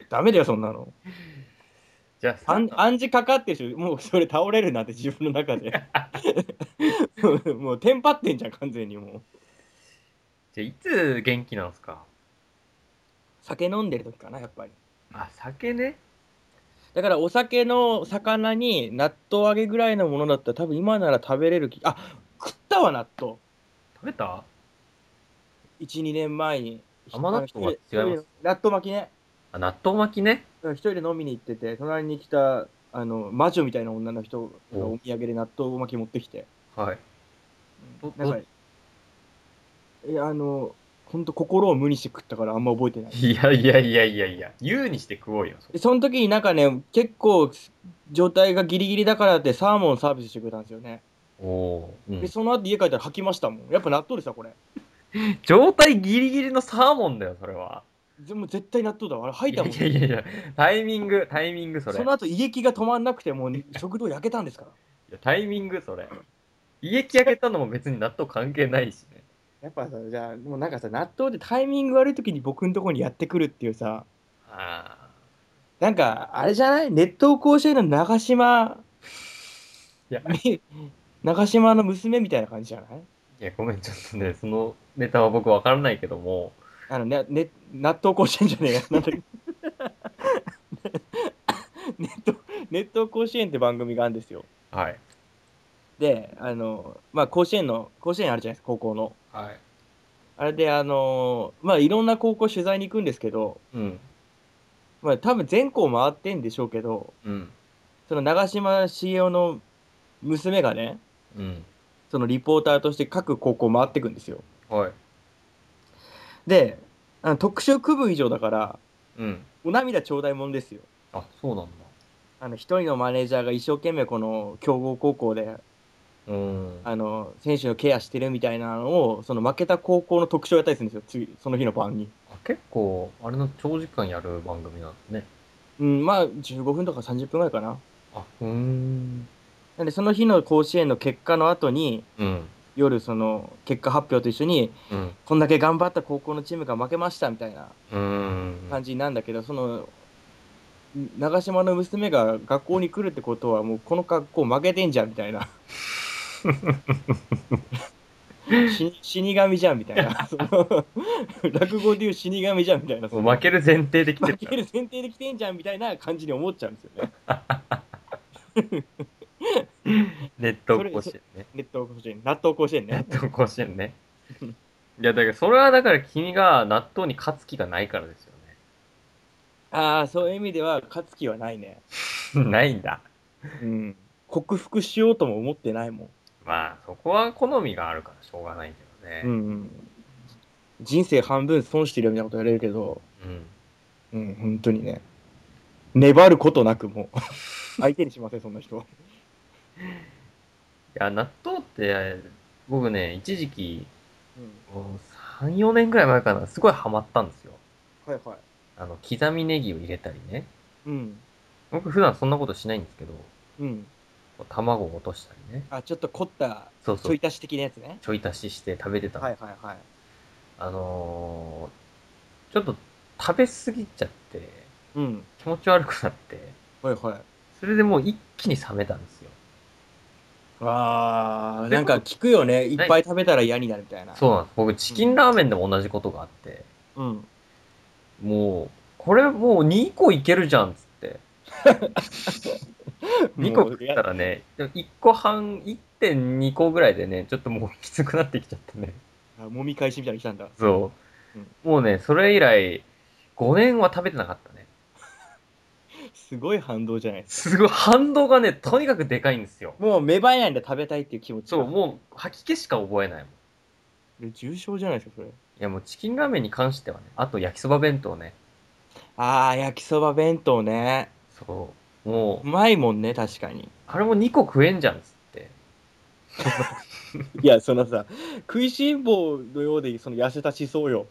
B: ダメだよそんなの
C: じゃあサウ
B: 暗
C: ナ
B: 暗示かかってるしもうそれ倒れるなんて自分の中 でもうもうテンパってんじゃん完全にもう
C: じゃあいつ元気なんすか
B: 酒飲んでる時かなやっぱり
C: あ酒ね
B: だからお酒の魚に納豆揚げぐらいのものだったら多分今なら食べれる気あ食ったわ納豆
C: 食べた
B: 12年前に
C: 甘納豆は違い
B: 一人
C: ます
B: で納豆巻きね
C: あ、納豆巻きね。
B: 一人で飲みに行ってて隣に来たあの魔女みたいな女の人がお土産で納豆巻き持ってきて
C: はい。ど
B: なんかいやあの本当心を無にして食ったからあんま覚えてない
C: いやいやいやいやいや、言うにして食おうよ。そ
B: でその時になんかね結構状態がギリギリだからってサーモンサービスしてくれたんですよね
C: おおー、う
B: で
C: ん
B: その後家帰ったら吐きましたもんやっぱ納豆でしたこれ
C: 状態ギリギリのサーモンだよ、それは。
B: でも絶対納豆だわあれ吐い
C: い
B: た
C: や
B: もん
C: いやいやいや、タイミング、タイミングそれ。
B: その後胃液が止まんなくてもう食堂焼けたんですから
C: いやタイミングそれ。胃液焼けたのも別に納豆関係ないしね。
B: やっぱさじゃあもうなんかさ納豆でタイミング悪い時に僕のところにやってくるっていうさ
C: あ
B: なんかあれじゃない熱湯甲子園の長島
C: いや
B: 長島の娘みたいな感じじゃない
C: あ。いや、ごめん、ちょっとね、そのネタは僕わからないけども、
B: あのねね納豆甲子園じゃねえ やなんだっけ 熱湯熱湯甲子園って番組があるんですよ
C: はい。
B: であのまあ甲子園の甲子園あるじゃないですか高校の
C: はい。
B: あれであのまあいろんな高校取材に行くんですけど
C: うん。
B: まあ多分全校回ってんでしょうけど
C: うん。
B: その長嶋茂雄の娘がね
C: うん。
B: そのリポーターとして各高校回ってくんですよ
C: はい。
B: であの特集区分以上だから
C: うん。
B: お涙頂戴もんですよ
C: あ、そうなんだ。
B: あの一人のマネージャーが一生懸命この強豪高校で
C: うーん。
B: あの選手のケアしてるみたいなのをその負けた高校の特集をやったりするんですよ次その日の晩に
C: あ結構、あれの長時間やる番組なんですね。
B: うんまあ15分とか30分ぐらいかな
C: あ、うーん。
B: なんでその日の甲子園の結果の後に
C: うん。
B: 夜その結果発表と一緒に
C: うん。
B: こんだけ頑張った高校のチームが負けましたみたいな
C: うーん。
B: 感じなんだけどその長島の娘が学校に来るってことはもうこの学校負けてんじゃんみたい なし死神じゃんみたいなその落語でいう死神じゃんみたいなそ
C: も
B: の
C: う負ける前提で来て
B: 負
C: る
B: ける前提で来てんじゃんみたいな感じに思っちゃうんですよね
C: 熱湯甲子園ね。
B: 熱湯甲子園納豆甲子園ね
C: 熱湯甲子園ね。いや、だからそれはだから君が納豆に勝つ気がないからですよ
B: ああそういう意味では勝つ気はないね
C: ね。ないんだ。
B: うん克服しようとも思ってないもん
C: まあ、そこは好みがあるからしょうがないけどね。
B: うんうん、人生半分損してるみたいなこと言われるけど、
C: うん
B: うん、本当にね、粘ることなくも う、相手にしません、そんな人。
C: いや、納豆って、僕ね、一時期、もう3、4年くらい前かな、すごいハマったんですよ。
B: はいはい。
C: あの、刻みネギを入れたりね。
B: うん、
C: 僕普段そんなことしないんですけど、
B: うん。
C: こう卵を落としたりね。
B: あ、ちょっと凝った、
C: そう
B: ち
C: そ
B: ょ
C: う
B: い。足し的なやつね。
C: ちょい足しして食べてたの
B: はいはいはい。
C: あのー、ちょっと食べ過ぎちゃって、
B: うん、
C: 気持ち悪くなって、
B: はいはい。
C: それでもう一気に冷めたんですよ。
B: あなんか聞くよね、いっぱい食べたら嫌になるみたいな。
C: そうなんです。僕、チキンラーメンでも同じことがあって、
B: う。うん。
C: もう、これもう2個いけるじゃんっつって。2個
B: もう
C: 食ったらね、1個半、1.2個ぐらいでね、ちょっともうきつくなってきちゃってね。
B: あ揉み返しみたいに来たんだ。
C: そう。
B: うん
C: もうね、それ以来、5年は食べてなかったね。
B: すごい反動じゃないですか。
C: すごい、反動がね、とにかくでかいんですよ。
B: もう芽生えないんだ、食べたいっていう気持ちが
C: そう、もう吐き気しか覚えないもん。
B: 重症じゃないですか、それ。
C: いやもうチキンラーメンに関してはね、あと焼きそば弁当ね、
B: ああ、焼きそば弁当ね。
C: そう、も
B: う
C: う、
B: まいもんね、確かに。
C: あれも2個食えんじゃんっつって。
B: いや、そのさ、食いしん坊のようで、その痩せた思想 よ。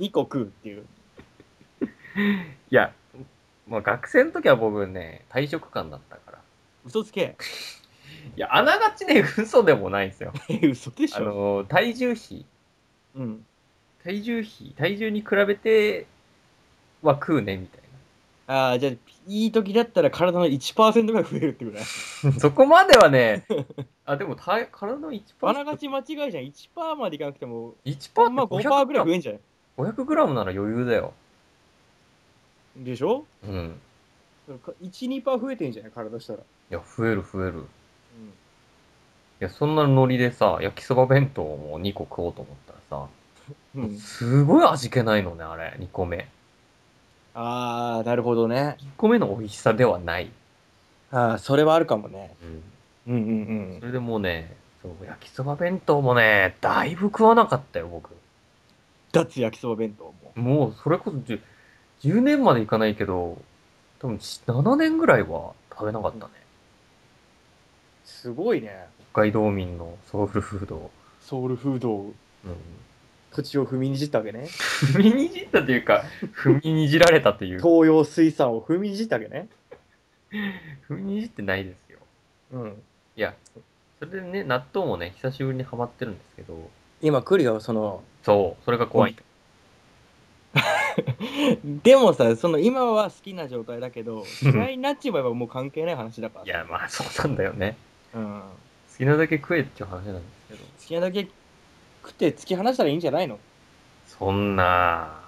B: 2個食うっていう。
C: いや、まあ学生の時は僕ね、退職感だったから。
B: 嘘つけ。
C: いや、あながちね、嘘でもないんですよ。
B: え、嘘でし
C: あ
B: ょ。
C: の、体重比、
B: うん。
C: 体重比、体重に比べては食うね、みたい
B: ああ、じゃあ、いい時だったら体の1%ぐらい増えるって ぐらい。
C: な。そこまで はね、あ、でも体、体の1%。
B: あながち間違いじゃん。1%までいかなくても、
C: 1%
B: あんま5%ぐらい増えんじゃない
C: 500グラムなら余裕だよ。
B: でしょ
C: うん。
B: 12%パー増えてんじゃない体したら、
C: いや、増える増える。いや、そんなノリでさ、焼きそば弁当も2個食おうと思ったらさ、
B: うんうん、
C: すごい味気ないのね、あれ、2個目。
B: ああなるほどね
C: 1個目の美味しさではない。
B: ああそれはあるかもね
C: うん
B: うんうん
C: それでもうね、そう、焼きそば弁当もね、だいぶ食わなかったよ、僕。
B: 脱焼きそば弁当も
C: もう、それこそ 10, 10年までいかないけど、多分ち7年ぐらいは食べなかったね。
B: すごいね
C: 北海道民のソウルフードを。
B: ソウルフードを
C: うん。
B: 土地を踏みにじったわけね
C: 踏みにじったという か、踏みにじられたという。踏
B: 東洋水産を踏みにじったわけね
C: みにじってないですよ。
B: うん
C: いや、それでね、納豆もね、久しぶりにハマってるんですけど、
B: 今来るよその
C: そう、それが怖い。
B: でもさその今は好きな状態だけど嫌いになっちまえばもう関係ない話だから
C: いや、まあそうなんだよね。
B: うん、好
C: 好きなだけ食えっていう話なんですけど。
B: きなだけ食って突き放したらいいんじゃないの
C: そんな、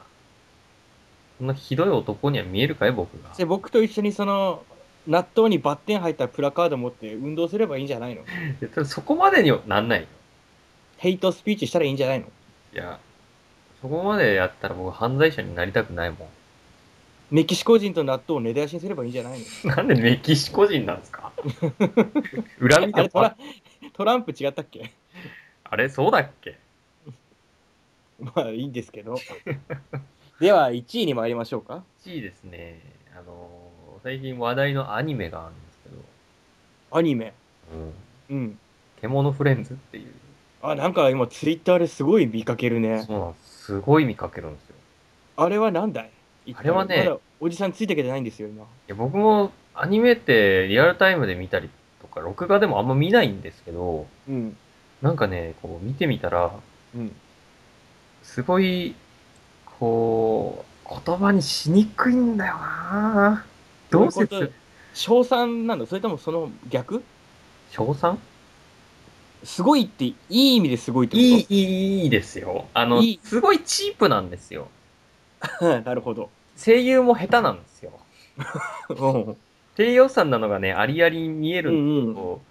C: そんなひどい男には見えるかい僕が。
B: で僕と一緒にその納豆にバッテン入ったプラカード持って運動すればいいんじゃないの
C: 絶対そこまでにはなんないよ。
B: ヘイトスピーチしたらいいんじゃないの
C: いや、そこまでやったら僕犯罪者になりたくないも
B: メキシコ人と納豆を根絶やしにすればいいんじゃないの
C: ん。 なんでメキシコ人なんで すか恨
B: あ
C: みと
B: れトラ
C: か、
B: トランプ違ったっけ
C: あれそうだっけ
B: まあいいんですけどでは1位に参りましょうか
C: ?1 位ですね。あのー最近話題のアニメがあるんですけど、
B: アニメ
C: うん、
B: うん
C: 獣フレンズっていう。
B: あなんか今ツイッターですごい見かけるね
C: そうなんです。すごい見かけるんですよ。
B: あれはなんだい
C: あれはね
B: まだおじさんついてけてないんですよ今
C: いや僕もアニメってリアルタイムで見たりとか、録画でもあんま見ないんですけど、
B: うん
C: なんかね、こう見てみたら、
B: うん
C: すごい、こう、言葉にしにくいんだよなどうせ
B: どういうこ賞賛なのそれともその逆
C: 称賛
B: すごいっていい意味ですごいってこと
C: いい、いい、いいですよ。あの
B: いい、
C: すごいチープなんですよ。
B: なるほど。
C: 声優も下手なんですよ。
B: うん
C: 低予算なのがね、ありあり見え
B: う
C: るんですけ
B: ん
C: ど、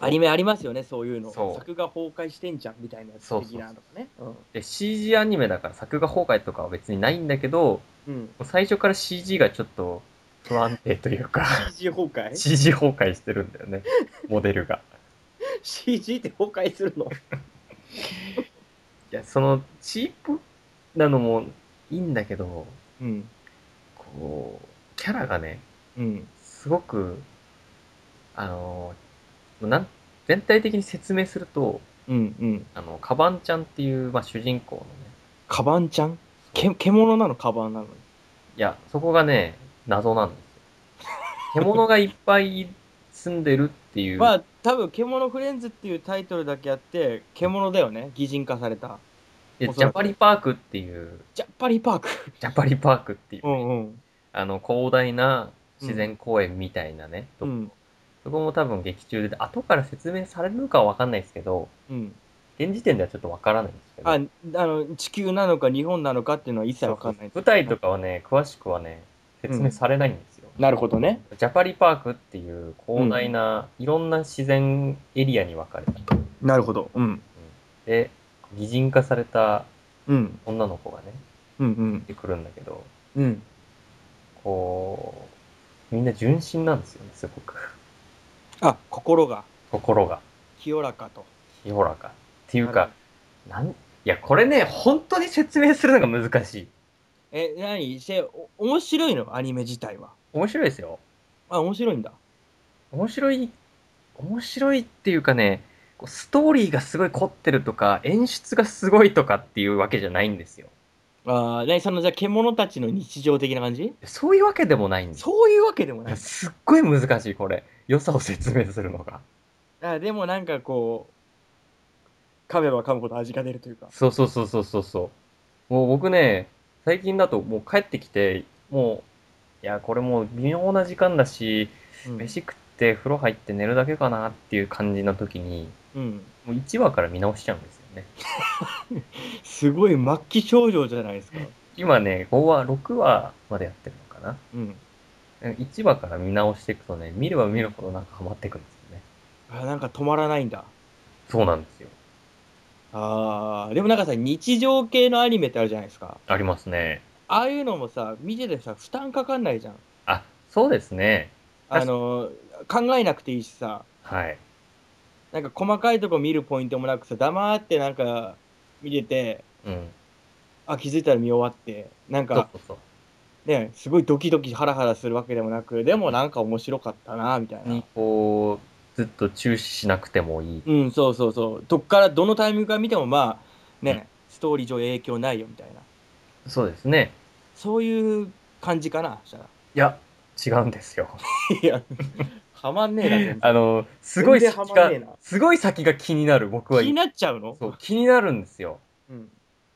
B: うん。アニメありますよね、そういうの。
C: そう
B: 作画崩壊してんじゃんみたいなやつ
C: そうそう
B: 的なのがね。うん
C: で CG アニメだから作画崩壊とかは別にないんだけど、
B: うん。
C: 最初から CG がちょっと不安定というか、
B: CG 崩壊
C: CG 崩壊してるんだよね、モデルが。
B: ?CG って崩壊するの
C: いや、その、チープなのもいいんだけど、
B: うん。
C: こう、キャラがね、
B: うん。
C: すごく、あの、なん全体的に説明すると、
B: うんうん。
C: あの、カバンちゃんっていう、まあ、主人公のね、
B: カバンちゃんけ獣なのカバンなの
C: いや、そこがね、謎なんですよ。獣がいっぱい住んでるっていう、
B: まあ多分「獣フレンズ」っていうタイトルだけあって獣だよね擬人化された
C: で
B: お
C: ジ
B: そらく
C: ャパリパークっていう、
B: ジャッパリパーク
C: ジャパリパークっていう
B: う、んうん
C: あの、広大な自然公園みたいなね、
B: う
C: とこ
B: ん
C: そこも多分劇中で、後から説明されるのかはわかんないですけど、
B: うん
C: 現時点ではちょっとわからないんですけど。
B: ああの地球なのか日本なのかっていうのは一切わかんない
C: 舞台とかはね、詳しくはね、説明されないんですよ。
B: なるほどね
C: ジャパリパークっていう広大な、いろんな自然エリアに分かれた。
B: なるほどうん
C: で、擬人化された
B: うん
C: 女の子がね、
B: うんうん
C: 出てくるんだけど、
B: うん
C: こう、みんな純真なんですよね、すごく。
B: あ心が
C: 心が、
B: 清らかと
C: 清らか。っていうか、なん、いや、これね、本当に説明するのが難しい。
B: え何してお面白いのアニメ自体は
C: 面白いですよ。
B: あ面白いんだ
C: 面白い、面白いっていうかね、こうストーリーがすごい凝ってるとか、演出がすごいとかっていうわけじゃないんですよ。
B: あー何そのじゃあ獣たちの日常的な感じ
C: そういうわけでもないんです。
B: そういうわけでもない
C: すっごい難しい、これ。良さを説明するのが。
B: あでもなんかこう噛めば噛むほど味が出るというか
C: そうそうそうそうそうそう。もう僕ね、最近だともう帰ってきて、もう、いや、これもう微妙な時間だし、
B: うん
C: 飯食って風呂入って寝るだけかなっていう感じの時に、
B: うん、
C: もう1話から見直しちゃうんですよね。
B: すごい末期症状じゃないですか。
C: 今ね、5話、6話までやってるのかな。
B: うん、
C: 1話から見直していくとね、見れば見るほどなんかハマっていくんですよね。
B: あなんか止まらないんだ。
C: そうなんですよ。
B: あーでもなんかさ、日常系のアニメってあるじゃないですか。
C: ありますね。
B: ああいうのもさ、見ててさ、負担かかんないじゃん。
C: あ、そうですね。
B: あの、考えなくていいしさ、
C: はい。
B: なんか細かいとこ見るポイントもなくさ、黙ってなんか見てて、
C: うん。
B: あ、気づいたら見終わって、なん
C: そう
B: か
C: そうそう。
B: ね、すごいドキドキハラハラするわけでもなく、でもなんか面白かったな、みたいな。
C: にこう、ずっと注視しなくてもいい。
B: うん、そうそうそう。どっから、どのタイミングから見ても、まあ、ね、ストーリー上影響ないよみたいな。
C: そうですね。
B: そういう感じかな、したら。
C: いや、違うんですよ。
B: いや、はまんねえな全然
C: あの、すごい
B: 全然ハ
C: 先
B: マ
C: が
B: んねえな、
C: すごい先が気になる、僕は。
B: 気になっちゃうの
C: そう、気になるんですよ。
B: うん。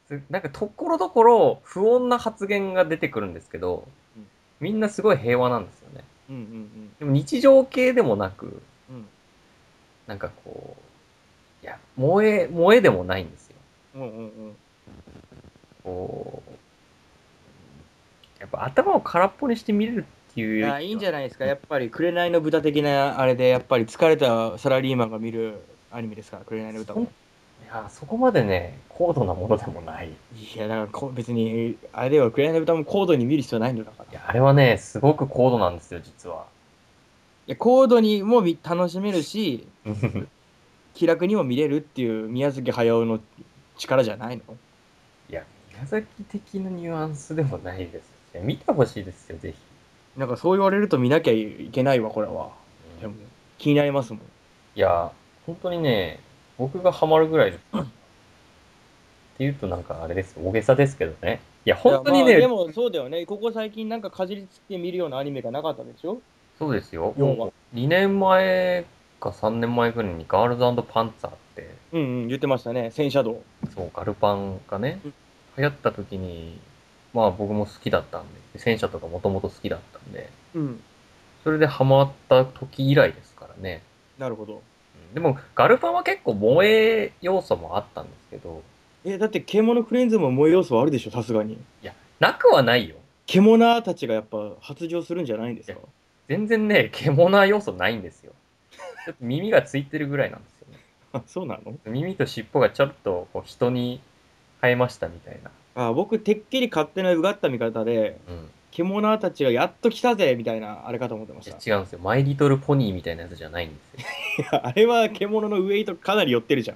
C: すなんかところどころ不穏な発言が出てくるんですけど
B: うん、
C: みんなすごい平和なんですよね。
B: うんうんうん
C: でも日常系でもなく、
B: うん。
C: なんかこう、いや、萌え、萌えでもないんですよ。
B: うんうんうん。
C: こう、やっぱ頭を空っぽにして見れるっていう
B: い
C: よりか
B: や、
C: はい
B: いんじゃないですか。やっぱり、紅の豚的なあれで、やっぱり疲れたサラリーマンが見るアニメですから、紅の豚
C: そん
B: も。
C: いや、そこまでね、高度なものでもない。い
B: いや、だからこ別に、あれでは紅の豚も高度に見る必要ないんだから。い
C: や、あれはね、すごく高度なんですよ、実は。
B: や、高度にも見楽しめるし、気楽にも見れるっていう宮崎駿の力じゃないの
C: いや、宮崎的なニュアンスでもないですよ。見てほしいですよ、ぜひ。
B: なんかそう言われると見なきゃいけないわ、これは。でも気になりますもん。
C: いや、本当にね、僕がハマるぐらいです。 っていうとなんかあれですよ大げさですけどね。いや、本当に
B: いや
C: ね、
B: まあでもそうだよね。ここ最近なんかかじりついて見るようなアニメがなかったでしょ
C: そうですよ。
B: 要は
C: 2年前か3年前ぐらいにガールズパンツァーって、
B: うんうん、言ってましたね。戦車道。
C: そう、ガルパンがね
B: うん、
C: 流行った時に、まあ僕も好きだったんで、戦車とかもともと好きだったんで、
B: うん。
C: それでハマった時以来ですからね。
B: なるほど。
C: うんでも、ガルパンは結構萌え要素もあったんですけど、
B: え、だって獣クレンズも燃え要素はあるでしょ、さすがに。
C: なくはないよ。
B: 獣たちがやっぱ発情するんじゃないんですか
C: 全然ね、獣な要素ないんですよ。ちょっと耳がついてるぐらいなんですよね。
B: あ、そうなの
C: 耳と尻尾がちょっとこう人に生えましたみたいな。
B: あ、僕、てっきり勝手なうがった見方で、
C: うん。
B: 獣たちがやっと来たぜみたいなあれかと思ってま
C: い
B: し
C: や
B: た。
C: 違うんですよ。マイリトルポニーみたいなやつじゃないんですよ。
B: あれは獣のウェイトかなり寄ってるじゃ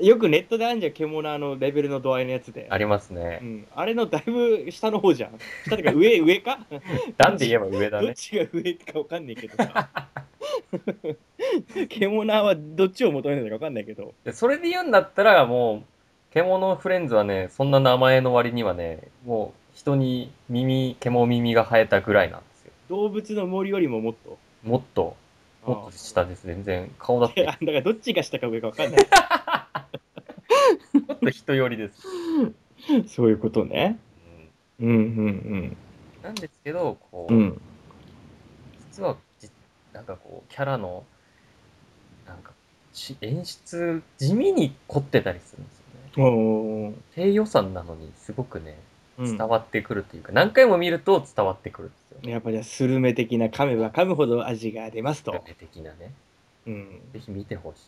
B: ん。よくネットであんじゃん、獣あのレベルの度合いのやつで。
C: あります
B: う
C: ね。
B: ん、あれのだいぶ下の方じゃん。下というか 上、上か、
C: なんで言えば上だ
B: どっ
C: ね。
B: ちが上かわかんないけどさ。獣はどっちを求めてるのかわかんないけど。
C: でそれで言うんだったら、もう、獣フレンズはね、そんな名前の割にはね、もう人に耳、獣耳が生えたぐらいなんですよ。
B: 動物の森よりももっと。
C: もっと、もっと下です。全然、顔だっ
B: あー
C: て、
B: だからどっちが下か上かわかんない。
C: もっと人寄りです。
B: そういうことね。
C: うん
B: うんうん
C: なんですけど、こう、
B: うん。うん。
C: 実はじなんかこうキャラのなんかし演出地味に凝ってたりするんですよね
B: おおー。
C: 低予算なのにすごくね
B: うん
C: 伝わってくるというか、何回も見ると伝わってくるんですよね
B: やっぱじゃあスルメ的な噛めば噛むほど味が出ますと。
C: 的なね
B: うん。
C: ぜひ見てほし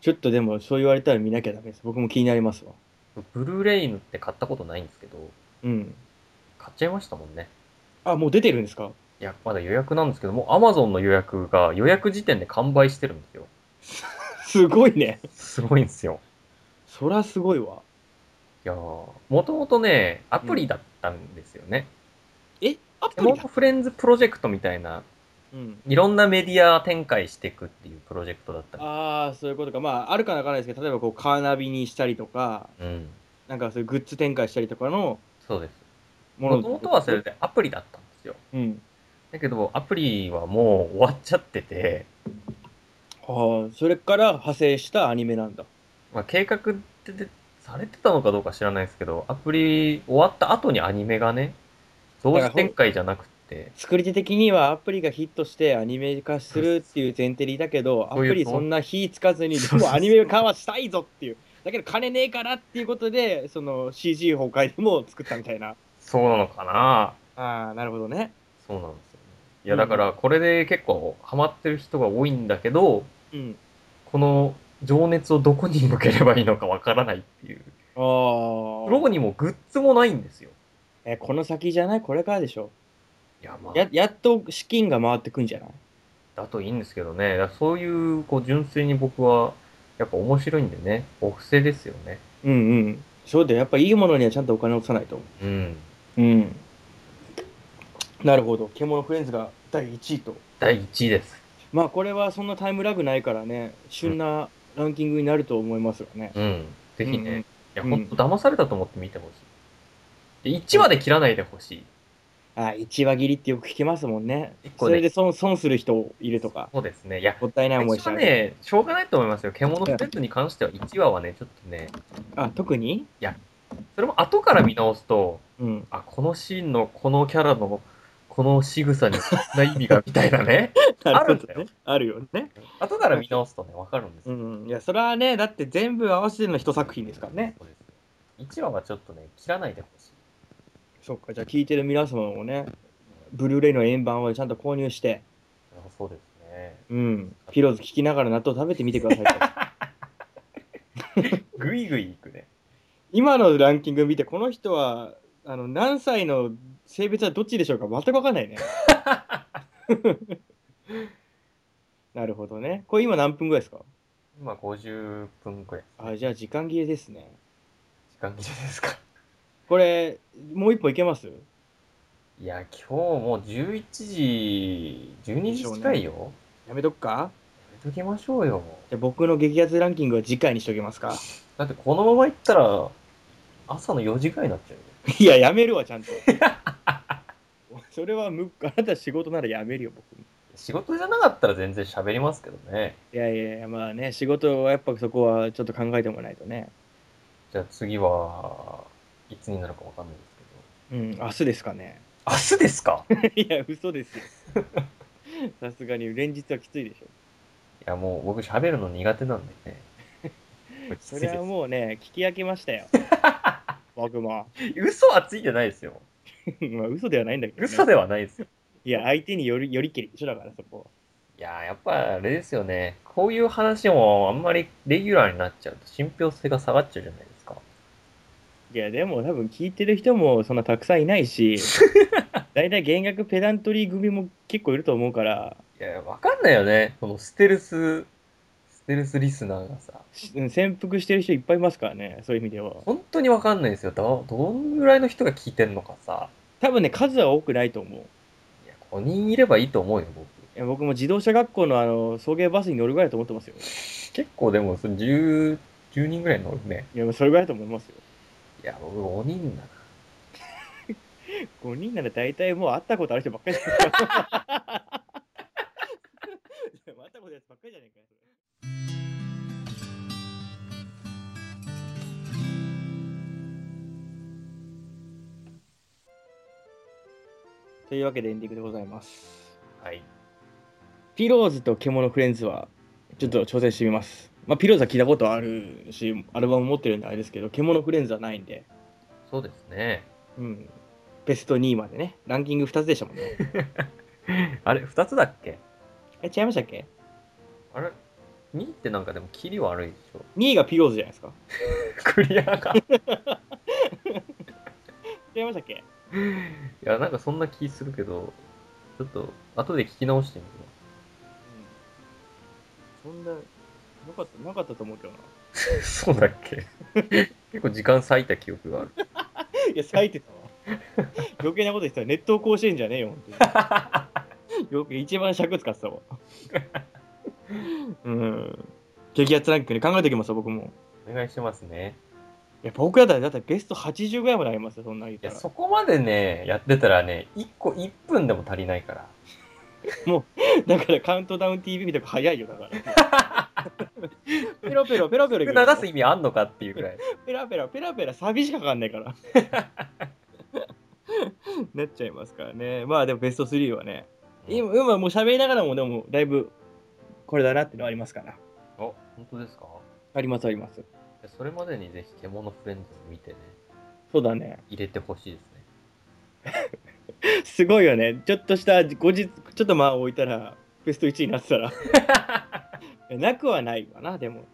B: ちょっとでもそう言われたら見なきゃダメです。僕も気になりますわ。
C: いブルーレイって買ったことないんですけど
B: うん。
C: 買っちゃいましたもんね
B: あ、もう出てるんですか
C: いやまだ予約なんですけどもアマゾンの予約が予約時点で完売してるんですよ
B: すごいね。
C: すごいんですよ
B: そらすごいわ。
C: いやーもともとねアプリだったんですよね、
B: えア
C: ケ
B: プ
C: モ
B: リ
C: ノ
B: だ
C: フレンズプロジェクトみたいな、
B: うん。
C: いろんなメディア展開していくっていうプロジェクトだったり。
B: ああ、そういうことか。まあ、あるかなわからないですけど、例えばこう、カーナビにしたりとか、
C: うん。
B: なんかそういうグッズ展開したりとかの
C: そうです。
B: もの。
C: もともとはそれでアプリだったんですよ。
B: うん。
C: だけど、アプリはもう終わっちゃってて、
B: ああ、それから派生したアニメなんだ。
C: まあ、計画ってでされてたのかどうか知らないですけど、アプリ終わった後にアニメがね、同時展開じゃなくて、
B: 作り手的にはアプリがヒットしてアニメ化するっていう前提でいたけど、ア
C: そういう
B: プリそんな火つかずに、でもアニメ化はしたいぞっていう。だけど金ねえからっていうことで、その CG 崩壊でも作ったみたいな。
C: そうなのかな
B: ああ、なるほどね。
C: そうなんですよね。いや、だから、これで結構ハマってる人が多いんだけど、
B: うん。
C: この情熱をどこに向ければいいのかわからないっていう。
B: ああ。
C: ロゴにもグッズもないんですよ。
B: え、この先じゃないこれからでしょ。
C: いや、まあ、
B: や、やっと資金が回ってくんじゃない
C: だといいんですけどね。だからそういう、こう、純粋に僕は、やっぱ面白いんでね。お布施ですよね。
B: うんうん。そうだよ。やっぱいいものにはちゃんとお金を落とさないと。
C: うん。
B: うん。なるほど。獣フレンズが第1位と。
C: 第1位です。
B: まあこれはそんなタイムラグないからね、旬なランキングになると思いますがね。
C: うん。ぜひ
B: うんうん
C: ね。いや、
B: うん
C: ほんと騙されたと思って見てほしい。で、1話で切らないでほしい。
B: あ、一話切りってよく聞きますもんね
C: 一。個
B: そ
C: で
B: れで損損する人いるとか、
C: そうですね。いや、
B: もったいない思いし
C: 1
B: ちゃ
C: 話
B: う。
C: ね、しょうがないと思いますよ。獣フレンズに関しては1話はね、ちょっとね、
B: あ、特に
C: それも後から見直すと、
B: うん。
C: あ、このシーンのこのキャラのこの仕草にこんな意味がみたいな ね。あるんだよ
B: なほどね。あるよね。
C: 後から見直すとね、わかるんです
B: う
C: よ。
B: ん。いや、それはね、だって全部合わせての一作品ですからね。
C: そうです。1話はちょっとね、切らないでほしい。
B: そっか、じゃあ聞いてる皆様もね、ブルーレイの円盤をちゃんと購入して、
C: あそうですね。
B: うん。ピローズ聞きながら納豆食べてみてくださいと。
C: ぐいぐいいくね。
B: 今のランキング見て、この人はあの何歳の性別はどっちでしょうか全く分かんない ね。なるほどね。これ今何分ぐらいですか
C: 今50分くらい。
B: あじゃあ時間切れですね。
C: 時間切れですか。
B: これ、もう一本いけます
C: いや、今日もう11時、12時近いよ。や
B: やめとくか
C: めときましょうよ。
B: じゃあ僕の激アツランキングは次回にしときますか。
C: だってこのまま行ったら、朝の4時ぐらいになっちゃうよ。
B: いや、やめるわ、ちゃん と。それはむあなた仕事ならやめるよ、僕も。
C: 仕事じゃなかったら全然喋りますけどね。
B: いやいやいや、まあね、仕事はやっぱそこはちょっと考えてもらわないとね。
C: じゃあ次はいつになるかわかんないです
B: うん、明日ですかね。
C: けど。明日ですかい
B: いや、嘘ですよ。さすがに連日はきついでしょ。
C: やもう僕喋るの苦手なんで ね。これきつい
B: そ
C: です
B: れはもうね、聞き飽きました よ。僕も。
C: 嘘はついてないですよ。
B: まあ、嘘ではないんだけど、ね。
C: 嘘ではないですよ。
B: いや、相手によりよりきり一緒だから、そこは。
C: いややっぱあれですよね。こういう話もあんまりレギュラーになっちゃうと信憑性が下がっちゃうじゃないですか。
B: いや、でも多分聞いてる人もそんなたくさんいない し、大体減額ペダントリー組も結構いると思うから、
C: いやわかんないよね。このステルス、ステルスリスナーがさ。
B: しうん潜伏してる人いっぱいいますからね、そういう意味では。
C: 本当にわかんないですよ。ど、どんぐらいの人が聞いてんのかさ。
B: 多分ね、数は多くないと思う。
C: いや、5人いればいいと思うよ、僕。
B: いや僕も自動車学校のあの送迎バスに乗るぐらいだと思ってますよ。
C: 結構でも、その10、10人ぐらい乗るね。
B: いや、それぐらいだと思いますよ。
C: いや、僕5人だな。
B: 5人なら大体もう会ったことある人ばっかりじゃないか。会ったことやつばっかりじゃないかよ。 というわけでエンディングでございます。
C: はい。
B: ピローズと獣フレンズはちょっと挑戦してみます。まあ、ピローズは聞いたことあるし、アルバム持ってるんであれですけど、獣フレンズはないんで、
C: そうですね。
B: うん、ベスト2位までね、ランキング2つでしたもんね。
C: あれ、2つだっけ
B: え、違いましたっけ
C: あれ ?2 ってなんかでも、キリ悪いでし ょ。
B: 2位がピローズじゃないですか。
C: クリアが。い
B: 違いましたっけ
C: や、なんかそんな気するけど、ちょっと、後で聞き直してみよ
B: そんな、なかった、なかったと思うけどな。
C: う。 そうだっけ結構時間割いた記憶がある。
B: いや、咲いてたわ。 余計なこと言ってたら、熱湯甲子園じゃねえよ、本 当に。よく一番尺使って たわ。うん。激アツランキングね、考えておきますよ、僕も。
C: お願いしますね。
B: いや、僕だったら、だってベスト80ぐらいまでありますよ、そんなん言っ
C: い
B: た
C: や、
B: ら。
C: そこまでね、やってたらね、1個1分でも足りないから。
B: だから、カウントダウン TV みたいな早いよ、だから。 ペロペロ、ペロペロ
C: 流
B: 言うよ
C: す意味あんのかっていうぐら い。
B: ペラペラペラペラサビしかかかんないから なっちゃいますからねまあでもベスト3はね今今もう喋りながらもでもだいぶこれだなってのはありますから
C: あ、本当ですか
B: ありますあります
C: いやそれまでにぜひ獣フレンズを見てね、
B: そうだね
C: 入れてほしいですね。
B: すごいよね。ちょっとした後日、ちょっとまあ置いたら、ベスト1位になって たら。なくはないわな、でも。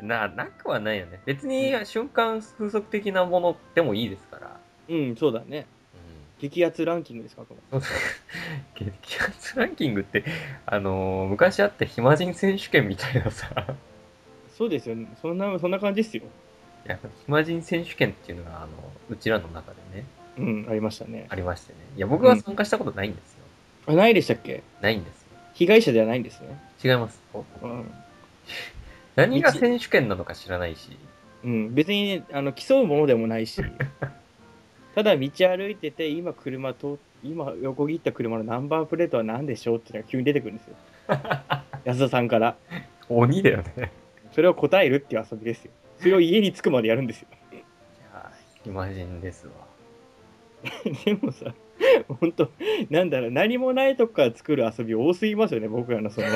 C: な、なくはないよね。別に瞬間風速的なものでもいいですから。
B: うん、そうだね。激アツランキングですか、これ。
C: 激アツランキングって、あのー昔あった暇人選手権みたいなさ、
B: そうですよね。そんな、そんな感じですよ。
C: いや暇人選手権っていうのが、あの、うちらの中でね、
B: うん、ありましたね。
C: ありましてね。いや、僕は参加したことないんですよ。
B: あないでしたっけ
C: ないんですよ。
B: 被害者ではないんですね。
C: 違います。
B: うん。
C: 何が選手権なのか知らないし、
B: うん、別にあの競うものでもないし、ただ道歩いてて、今車と、今横切った車のナンバープレートは何でしょうっていうのが急に出てくるんですよ。安田さんから。
C: 鬼だよ ね。
B: それを答えるっていう遊びですよ。それを家に着くまでやるんですよ。
C: いや、暇人ですわ。
B: でもさ、本当なんだろう、何もないとこから作る遊び多すぎますよね、僕らのその。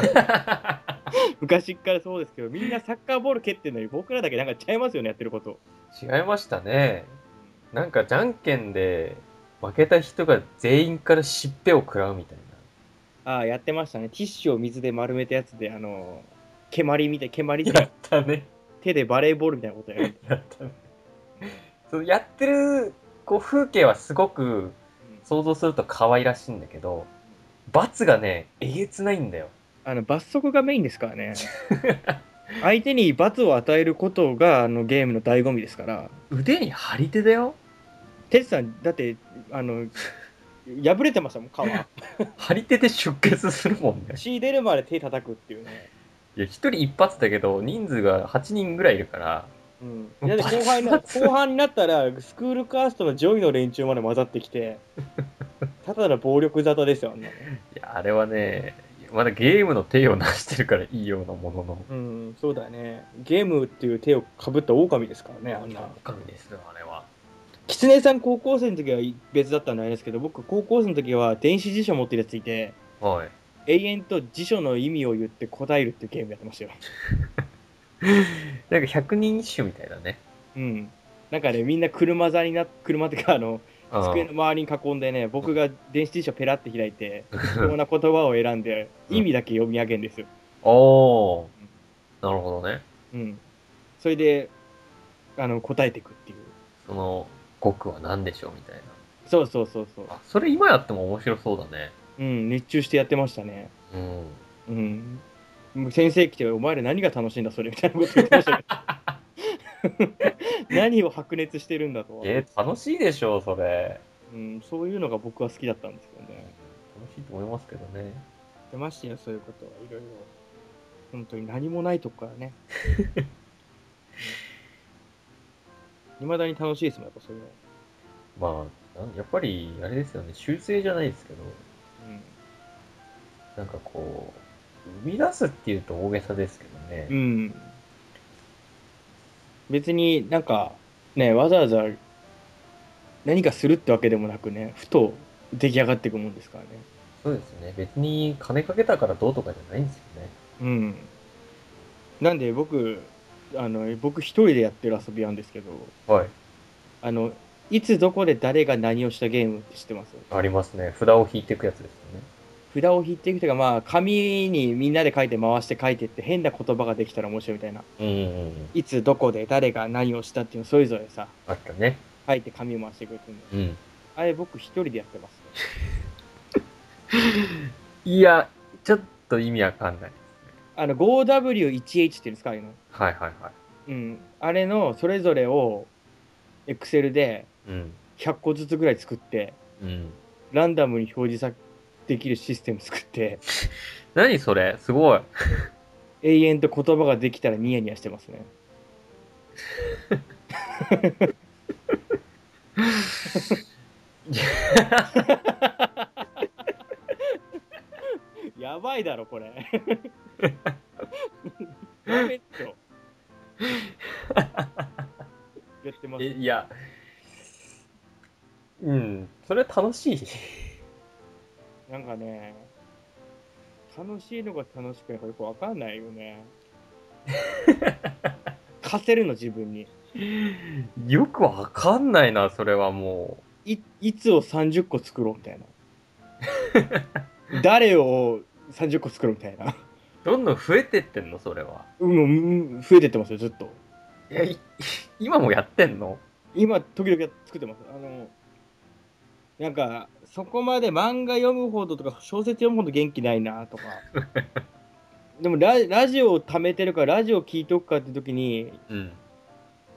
B: 昔っからそうですけど、みんなサッカーボール蹴ってるのに、僕らだけなんかちゃいますよね、やってること。
C: 違いましたね。なんかじゃんけんで負けた人が全員からしっぺを食らうみたい
B: ああ、やってましたね。ティッシュを水で丸めたやつで、あの、蹴まりみたい、蹴まりって
C: な。やったね。
B: 手でバレーボールみたいなことやる。
C: やったね。そのやってるこう風景はすごく想像すると可愛らしいんだけど、罰がね、えげつないんだよ。
B: あの罰則がメインですから ね。相手に罰を与えることがあのゲームの醍醐味ですから。
C: 腕に張り手だよ。
B: テツさん、だって、あの、破れてましたもん、皮。
C: 張り手で出血するもん ね。
B: 血出るまで手叩くっていうね。
C: いや、一人一発だけど、人数が8人ぐらいいるから、
B: うん、だって後輩の
C: 罰
B: 後半になったらスクールカーストの上位の連中まで混ざってきてただの暴力沙汰ですよあんなの
C: いや、あれはね、まだゲームの手を成してるからいいようなものの。
B: うんそうだねゲームっていう手をかぶった狼ですからねあんな
C: 神ですよ、あれは。
B: キツネさん高校生の時は別だったんであれですけど僕高校生の時は電子辞書持ってるやついて
C: はい。
B: 永遠と辞書の意味を言って答えるっていうゲームやってましたよ
C: なんか100人一首みたいだね。
B: うんなんかねみんな車座にな車っていうかあの
C: うん
B: 机の周りに囲んでね僕が電子辞書ペラって開いて必要な言葉を選んで
C: うん
B: 意味だけ読み上げるんですよ
C: おー。なるほどね。
B: うんそれであの答えていくっていう
C: その語句は何でしょうみたい
B: そうそうそうそう
C: な。あ、それ今やっても面白そうだね。
B: うん熱中してやってましたね
C: うん。
B: うん、先生来て「お前ら何が楽しいんだそれ」みたいなこと言ってましたけ ど何を白熱してるんだと、
C: えー楽しいでしょう、それ。
B: うん、そういうのが僕は好きだったんですよね
C: 楽しいと思いますけどね。
B: 出ましたよそういうことはいろいろ本当に何もないとこから ねいまだに楽しいですもんやっぱそれは、
C: まあ、なんやっぱり、あれですよね、修正じゃないですけど、なんかこう、生み出すっていうと大げさですけどね。
B: うん、うん、別になんかねわざわざ何かするってわけでもなくねふと出来上がっていくもんですからね
C: そうですね。別に金かけたからどうとかじゃないんですよね。
B: うん。なんで僕、あの、僕一人でやってる遊びなんですけど、
C: はい。
B: あの、いつどこで誰が何をしたゲームって知ってます
C: ありますね。札を引いていくやつですよね。
B: 札を引いていくというか、まあ、紙にみんなで書いて回して書いてって変な言葉ができたら面白いみたいな。
C: うんうんうん。
B: いつどこで誰が何をしたっていうのそれぞれさ、
C: あったね。
B: 書いて紙を回してくれてるんで。
C: うん。
B: あれ僕一人でやってます。
C: いや、ちょっと意味わかんない。
B: あの、5W1H っていうんですか、あれの。
C: はいはいは
B: うん。あれのそれぞれを、エクセルで
C: い。うん。
B: 100個ずつぐらい作って、
C: うん。
B: ランダムに表示さできるシステム作って、
C: 何それすごい。
B: 永遠と言葉ができたらニヤニヤしてますね。やばいだろ、これ。やめっちょ。やってます
C: え。いや。うん。それ楽しい。
B: なんかね、楽しいのか楽しくないのかよくわかんないよね。貸せるの、自分に。
C: よくわかんないな、それはも
B: いいつを30個作ろうみたいな。誰を30個作るみたいな。
C: どんどん増えてってんのそれは。
B: うんうん、増えてってますよ、ずっと。
C: いや、い 今もやってんの
B: 今、時々作ってます。あの、なんか、そこまで漫画読むほどとか、小説読むほど元気ないなとか。でもラ、ラジオを貯めてるから、ラジオ聞いとくかって時に、
C: うん。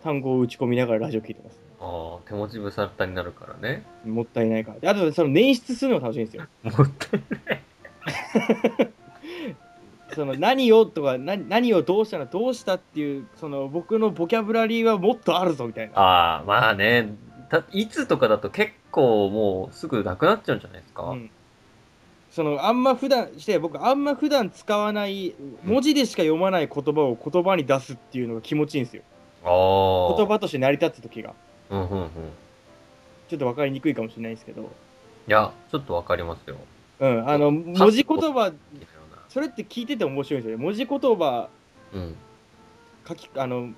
B: 単語を打ち込みながらラジオ聞いてます。
C: ああ、手持ち無沙汰になるからね。
B: もったいないから。であと、その、捻出するのが楽しいんですよ。
C: も ったい
B: その、何をとか、何何をどうしたらどうしたっていう、その、僕のボキャブラリーはもっとあるぞみたいな。
C: ああ、まあね。たいつとかだと結構もうすぐなくなっちゃうんじゃないですか。
B: うんそのあんま普段して僕あんま普段使わない文字でしか読まない言葉を言葉に出すっていうのが気持ちいいんですよ
C: ああ。
B: 言葉として成り立つ時が
C: うんうんうん。い
B: ちょっと分かりにくいかもしれないですけど、
C: や、ちょっとわかりますよ。
B: うん、あの文字言葉
C: いいよ
B: それって聞いてて面白いんですよね文字言葉
C: うなうん。
B: 書きあの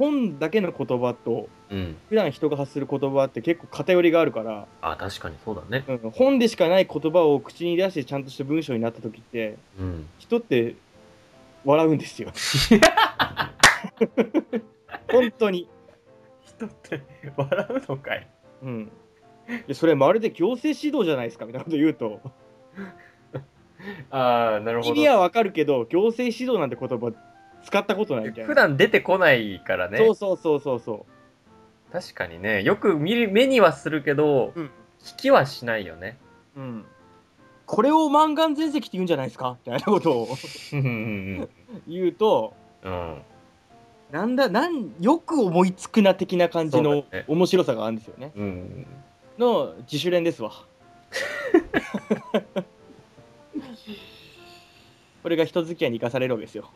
B: 本だけの言葉と
C: うん。
B: 普段人が発する言葉って結構偏りがあるから、
C: あ、確かにそうだね。
B: うん、本でしかない言葉を口に出してちゃんとした文章になった時って
C: うん。
B: 人って笑うんです よ本当に
C: 人って笑うのかい
B: うん、でそれまるで行政指導じゃないですかみたいなこと言うと
C: ああ、なるほ
B: 意
C: ど。
B: 味はわかるけど行政指導なんて言葉使ったことないみたいな
C: 普段出てこないからね。
B: そうそうそうそうそ
C: 確かにね。よく見る、目にはするけど、
B: う、うん
C: 聞きはしないよね。
B: うん、これを満願全席って言うんじゃないですかみたいなことを
C: うん。
B: 言うと
C: うん。
B: なんだなんよく思いつくな的な感じ
C: そ
B: の
C: うだね
B: 面白さがあるんですよね
C: うん。
B: の自主練 ですわこれが人付き合いに生かされるわけですよ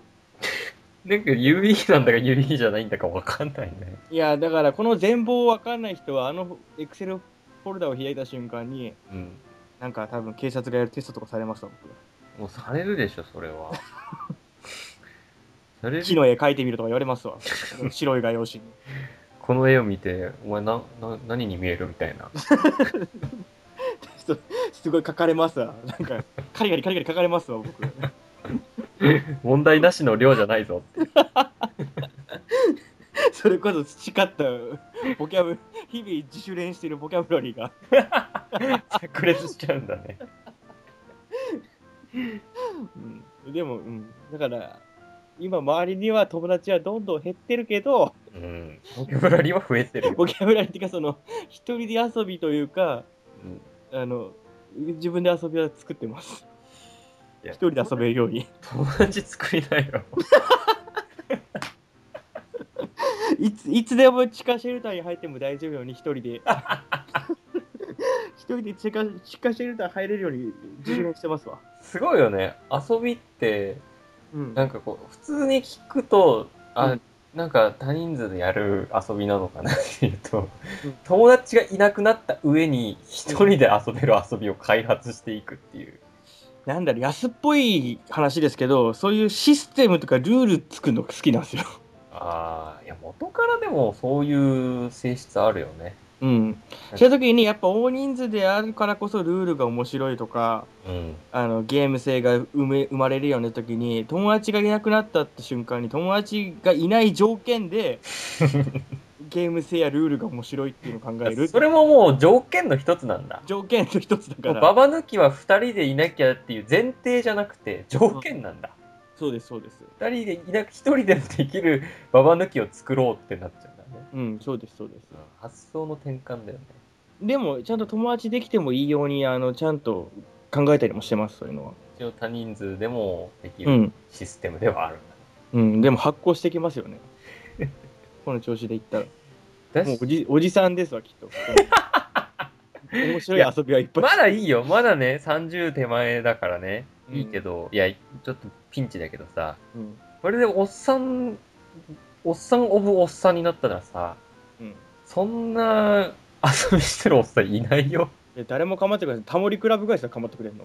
C: なんか指なんだか指じゃないんだかわかんないね。
B: いやだからこの全貌わかんない人はあのエクセルフォルダを開いた瞬間に
C: うん。
B: なんか多分警察がやるテストとかされました僕
C: もうされるでしょ、それ は。され
B: 木
C: る。
B: の絵描いてみるとか言われます わ白い画用紙に
C: この絵を見て、お前な、な、何に見えるみたいな。
B: すすごい描かれますわなんかカリカリカリカリ描かれますわ僕
C: 問題なしの量じゃないぞって。
B: それこそ培ったボキャブ日々自主練してるボキャブラリーが
C: 炸裂しちゃうんだね。
B: うんでもうんだから今周りには友達はどんどん減ってるけど
C: うん。ボキャブラリーは増えてるよ。
B: ボキャブラリーっていうかその一人で遊びというか
C: うん
B: あの、自分で遊びは作ってます。
C: いや
B: 一人で遊べるように。
C: 友達作りなよ。
B: いつ、いつでも地下シェルターに入っても大丈夫ように一人で。一人で地下地下シェルター入れるように自分してますわ。
C: すごいよね。遊びって、
B: うん
C: なんかこう、普通に聞くと、あ、
B: うん
C: なんか多人数でやる遊びなのかなっていうと、
B: うん
C: 友達がいなくなった上に一人で遊べる遊びを開発していくっていう。
B: なんだろう、安っぽい話ですけど、そういうシステムとかルール作るのが好きなんですよ。
C: ああ、いや、元からでもそういう性質あるよね。
B: うん。そういう時に、やっぱ大人数であるからこそルールが面白いとか、
C: うん。
B: あのゲーム性が生め生まれるよね時に友達がいなくなったって瞬間に友達がいない条件 でゲーム性やルールが面白いっていうのを考える
C: それももう条件の一つなんだ。
B: 条件の一つだか
C: バ
B: ら
C: バ抜きは二人でいなきゃっていう前提じゃなくて条件なんだ。
B: そうですそうです
C: 二人でいなく一人でもできるババ抜きを作ろうってなっちゃうんだね。
B: うんそうですそうです
C: 発想の転換だよね。
B: でもちゃんと友達できてもいいようにあのちゃんと考えたりもしてますそういうのは
C: 一応多人数でもでき
B: う
C: る
B: ん
C: システムではあるんだね。
B: うんでも発行してきます よねこの調子でいったら
C: だし
B: もうおじおじさんですわき っと面白い遊びはいっぱい
C: まだいいよ。まだね、30手前だからね。
B: うん
C: いいけど、いや、ちょっとピンチだけどさ、
B: うん
C: これでおっさん、おっさんオブおっさんになったらさ、
B: うん
C: そんな遊びしてるおっさんいないよ。
B: いや誰も構ってくれないタモリクラブ会社が構ってくれんの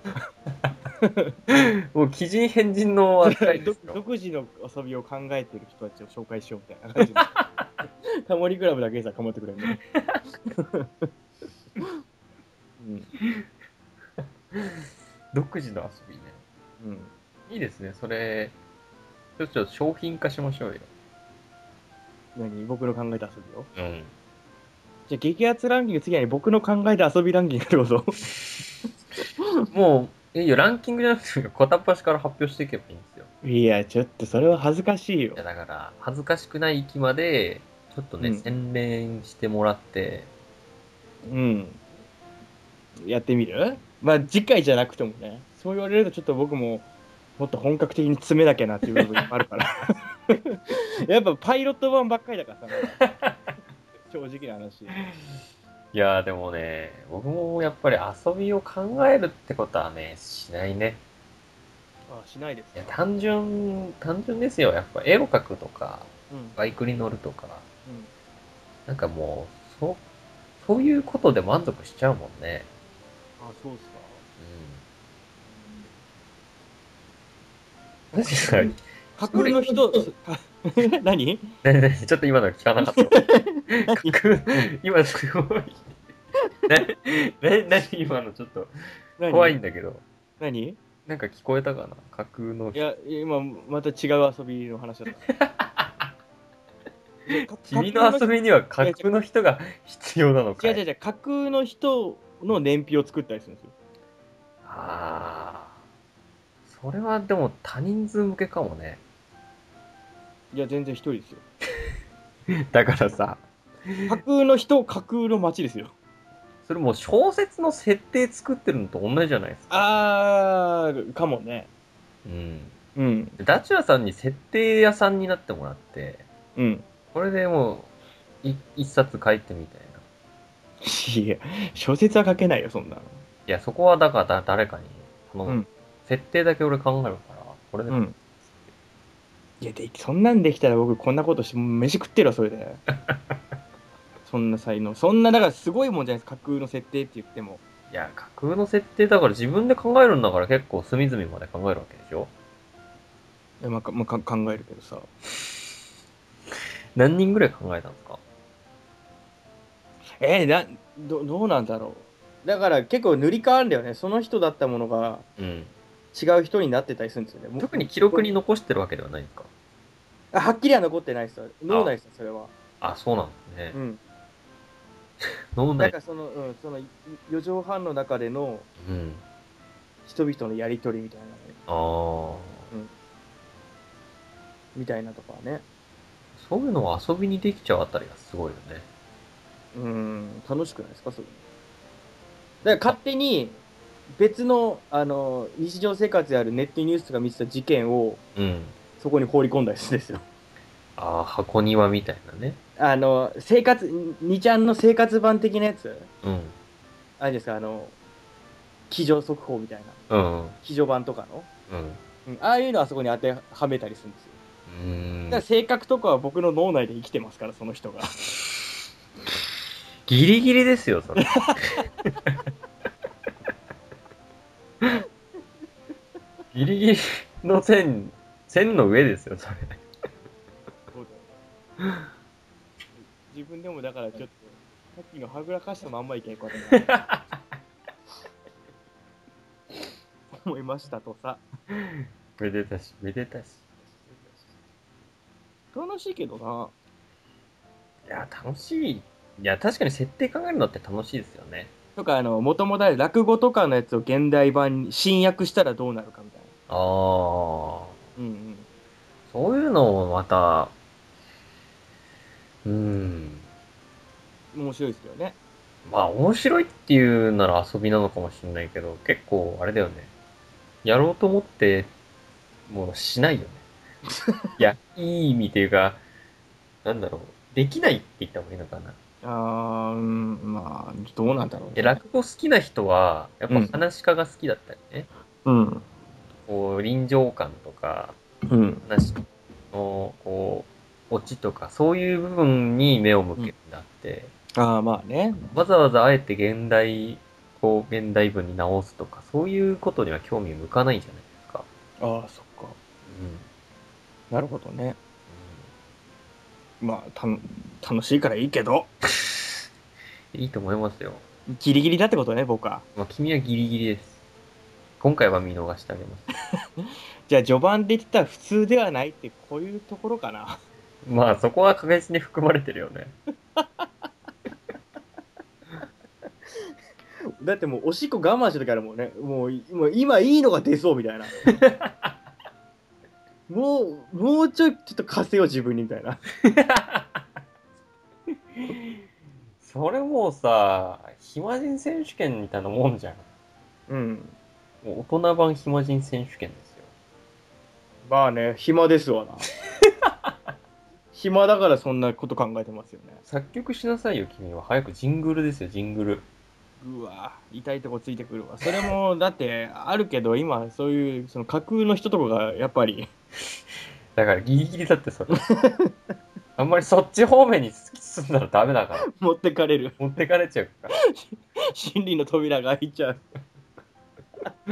C: もう、鬼人変人の扱いで
B: 独
C: すよ。
B: 独自の遊びを考えてる人たちを紹介しようみたいな感じで タモリクラブだけさ構 ってくれんの、うん
C: 独自の遊びね。
B: うん。
C: いいですね、それ、ちょっと商品化しましょうよ。
B: 何僕の考えた遊びを
C: うん。
B: じゃあ激アツランキング次はね僕の考えた遊びランキングってこと
C: もう、いいよ、ランキングじゃなくてもいいよ、片っ端から発表していけばいいんですよ。
B: いや、ちょっとそれは恥ずかしいよ
C: いや、。だから、恥ずかしくない域まで、ちょっとね、
B: うん
C: 洗練してもらって、
B: うん。やってみるまあ次回じゃなくてもね。そう言われるとちょっと僕ももっと本格的に詰めなきゃなっていう部分もある から。やっぱパイロット版ばっかりだからさ。まだ正直な話。
C: いやーでもね、僕もやっぱり遊びを考えるってことはね、しないね。
B: あしないです
C: いや、
B: か。
C: 単純、単純ですよ。やっぱ絵を描くとか、
B: うん。うん。
C: バイクに乗るとか、なんかもう、そう、そういうことで満足しちゃうもんね。
B: あ、そうですか。
C: うん。確かに。
B: 架空の人、か 何
C: ねね ちょっと今の聞かなかった。 今すごい。ね、ね、何今のちょっと
B: 何
C: 怖いんだけど。
B: 何
C: なんか聞こえたかな架空の
B: いや、今、また違う遊びの話だ った。
C: 君の遊びには架空の人が必要なのか
B: 違
C: いう
B: 違う違う、架空の人の燃費を作ったりするんですよ。
C: ああそれはでも他人数向けかもね
B: いや、全然一人 ですよ。
C: だからさ
B: 架空の人、架空の街ですよ。
C: それもう小説の設定作ってるのと同じじゃないですか
B: あー、かもね。
C: うん
B: うん、
C: ダチュラさんに設定屋さんになってもらって
B: うん。
C: これでもうい一冊書いてみたいない
B: や、小説は書けないよ、そんなの。
C: いやそこはだからだ誰かにこの、
B: うん
C: 設定だけ俺考えるからこれで、
B: うん。いや、でそんなんできたら僕、こんなことして、飯食ってるわ、それ で。そんな才能。そんな、だからすごいもんじゃないです。架空の設定って言っても。
C: いや架空の設定だから自分で考えるんだから結構隅々まで考えるわけでしょ
B: いやまあかまあ、か考えるけどさ。
C: 何人ぐらい考えたんですか
B: えー、などどうなんだろうだから結構塗り替わるんだよねその人だったものが
C: うん
B: 違う人になってたりするんですよねもう
C: 特に記録に残してるわけではないんですか
B: あはっきりは残ってないですよ脳内ですよそれは
C: あ、そうなんです
B: う
C: ね。
B: ん
C: 脳
B: なん
C: 内。
B: かその,、うん、そのい余剰反応の中での
C: うん。
B: 人々のやり取りみたいなね
C: ああ。
B: みたいなとかはね
C: そういうのを遊びにできちゃうあたりがすごいよね。
B: うん楽しくないですかそれだから勝手に別のあの日常生活であるネットニュースとか見てた事件を
C: うん。
B: そこに放り込んだりするんですよ
C: ああ、箱庭みたいなね。
B: あの生活にちゃんの生活版的なやつ
C: うん。
B: あれですかあの気象速報みたいな
C: うん。うん。
B: 気象版とかの、
C: うん。
B: うん、ああいうのはそこに当てはめたりするんですよ
C: うーん
B: だから性格とかは僕の脳内で生きてますからその人が
C: ギリギリですよ、それ。 ギリギリの線、線の上ですよ、それ。
B: 自分でもだからちょっとさっきのはぐらかしたまんまいけんことになる思いましたとさ
C: めでたし、めでたし。
B: 楽しいけどない
C: や、楽しい。いや、確かに設定考えるのって楽しいですよね。
B: とかあの元々ある落語とかのやつを現代版に新訳したらどうなるかみたいな
C: ああ。
B: うんうん
C: そういうのもまた、うーん、
B: 面白いですよね。
C: まあ面白いっていうなら遊びなのかもしれないけど、結構あれだよね。やろうと思って、もうしないよね。いや、いい意味っていうか、なんだろう、できないって言った方がいいのかな。
B: あー、うん、まあ、どうなんだろう、
C: で、落語好きな人は、やっぱ
B: うん
C: 話し家が好きだったりね、
B: うん。
C: こう、臨場感とか、
B: うん。
C: 話の、こう、オチとか、そういう部分に目を向けるんだって、
B: ああ、まあね。
C: わざわざあえて現代、こう、現代文に直すとか、そういうことには興味向かないんじゃないですか。
B: ああ、そっか。なるほどね。まあ、たの楽しいからいいけど、
C: うん。いいと思いますよ。
B: ギリギリだってことね、僕は。
C: まあ、君はギリギリです。今回は見逃してあげます。
B: じゃあ序盤で言ってた普通ではないってこういうところかな。
C: まあそこは確実に含まれてるよね。
B: だってもうおしっこ我慢してたからもうね、もういもう今いいのが出そうみ たいな。もう、もうちょいちょっと貸せよ自分にみたいな。
C: それもうさ、暇人選手権みたいなもんじゃん。
B: うん。
C: もう大人版暇人選手権ですよ。
B: まあね、暇です わな。暇だからそんなこと考えてますよね。
C: 作曲しなさいよ、君は。早くジングルですよ、ジングル。
B: うわ痛いとこついてくるわそれも だってあるけど今そういうその架空の人とかがやっぱり
C: だからギリギリだってそ れ。あんまりそっち方面に突き進んだらダメだから。
B: 持ってかれる
C: 持ってかれちゃう から。
B: 心理の扉が開いちゃう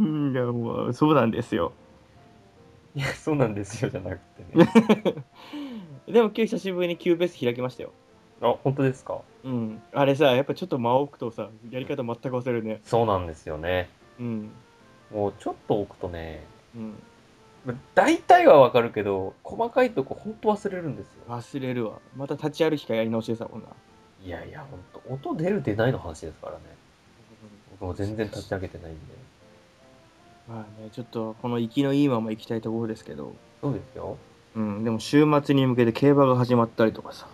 B: うんいやもうそうなんですよ
C: いや、そうなんですよ、じゃなくてね。
B: でも今日久しぶりにキューベース開きましたよ
C: あ、本当ですか
B: うんあれさやっぱちょっと間を置くとさやり方全く忘れるね
C: そうなんですよね。
B: うん
C: もうちょっと置くとね、
B: うん
C: 大体はわかるけど、細かいとこほんと忘れるんですよ。
B: 忘れるわまた立ち歩きからやり直しでさもんない
C: やいや、ほんと、音出る出ないの話ですからね。僕も全然立ち上げてないんで。
B: まあねちょっとこの生きのいいまま行きたいところですけど
C: そうですよ。
B: うん、でも週末に向けて競馬が始まったりとかさ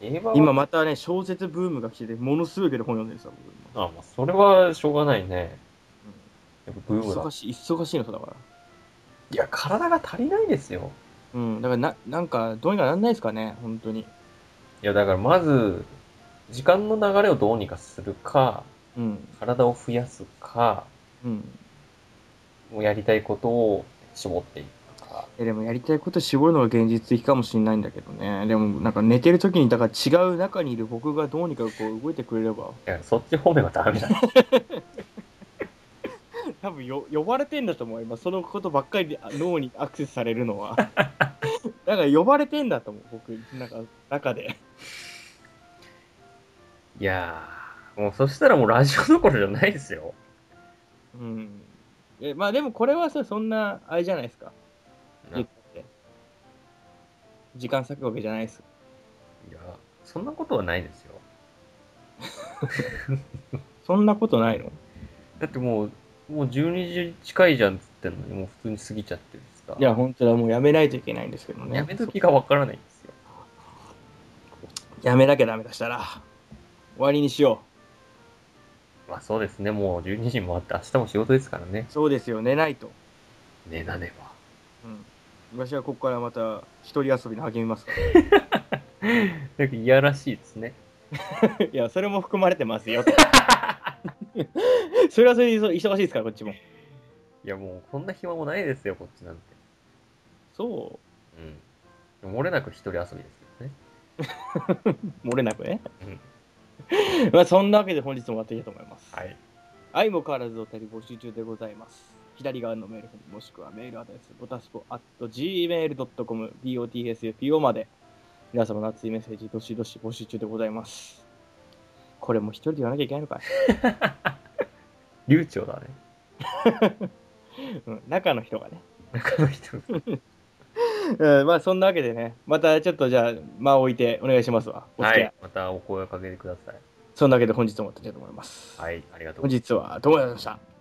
C: 競馬は
B: 今またね小説ブームが来ててものすごいけど本読んでるさ僕今
C: あ、まあ、それはしょうがないね。やっぱブームだ
B: 忙。しい忙しいのさだから
C: いや、体が足りないですよ。
B: うんだからななんかどうにかなんないですかね本当に
C: いや、だからまず、時間の流れをどうにかするか、
B: うん
C: 体を増やすか、
B: うん
C: もうやりたいことを絞っていくか。
B: えでもやりたいこと絞るのが現実的かもしれないんだけどねでもなんか寝てる時にだから違う中にいる僕がどうにかこう動いてくれれば
C: いや、そっち方面はダメ だ。
B: 多分よ呼ばれてんだと思う今そのことばっかりであ脳にアクセスされるの は だから呼ばれてんだと思う僕なんか中で
C: いやー、もうそしたらもうラジオどころじゃないですよ。
B: うん。え、まあでもこれはさ、そんな、あれじゃないですか。
C: うん
B: 言って時間割くわけじゃないです。
C: いや、そんなことはないですよ。
B: そんなことないの
C: だってもう、もう12時近いじゃんっつってんのに、もう普通に過ぎちゃってるしさ。
B: いや、本当はもうやめないといけないんですけどね。
C: やめ時がわからないんですよ。
B: やめなきゃダメだしたら、終わりにしよ
C: まあそうですね、もう12時もあって、明日も仕事ですからね
B: う。。そうですよ、寝ないと。
C: 寝なねば。
B: うん。私はここからまた、一人遊びに励みますから。
C: なんかいやらしいですね。
B: いや、それも含まれてますよ、と それはそれで忙しいですから、こっちも。
C: いやもうこんな暇もないですよ、こっちなんて。
B: そ
C: うん。漏れなく一人遊びですよね。
B: う、漏れなくね。
C: うん。
B: まあ、そんなわけで本日も終わっていきたいと思います。
C: はい。
B: 愛も変わらずお便り募集中でございます。左側のメールフォームもしくはメールアドレス、ボタスポ at gmail.com、botsupo まで、皆様の熱いメッセージ、どしどし募集中でございます。これも一人で言わなきゃいけないのかい、
C: 流暢だね。
B: うん、中の人がね。
C: 中の人。
B: うん、まあそんなわけでね、またちょっとじゃあ、間を置いてお願いしますわ。お付
C: は
B: き合い。
C: い。またお声をかけてください。
B: そんなわけで本日も終わっていきたいと思います。
C: はい。ありがとうございます
B: 本。日はどうもありがとうございました。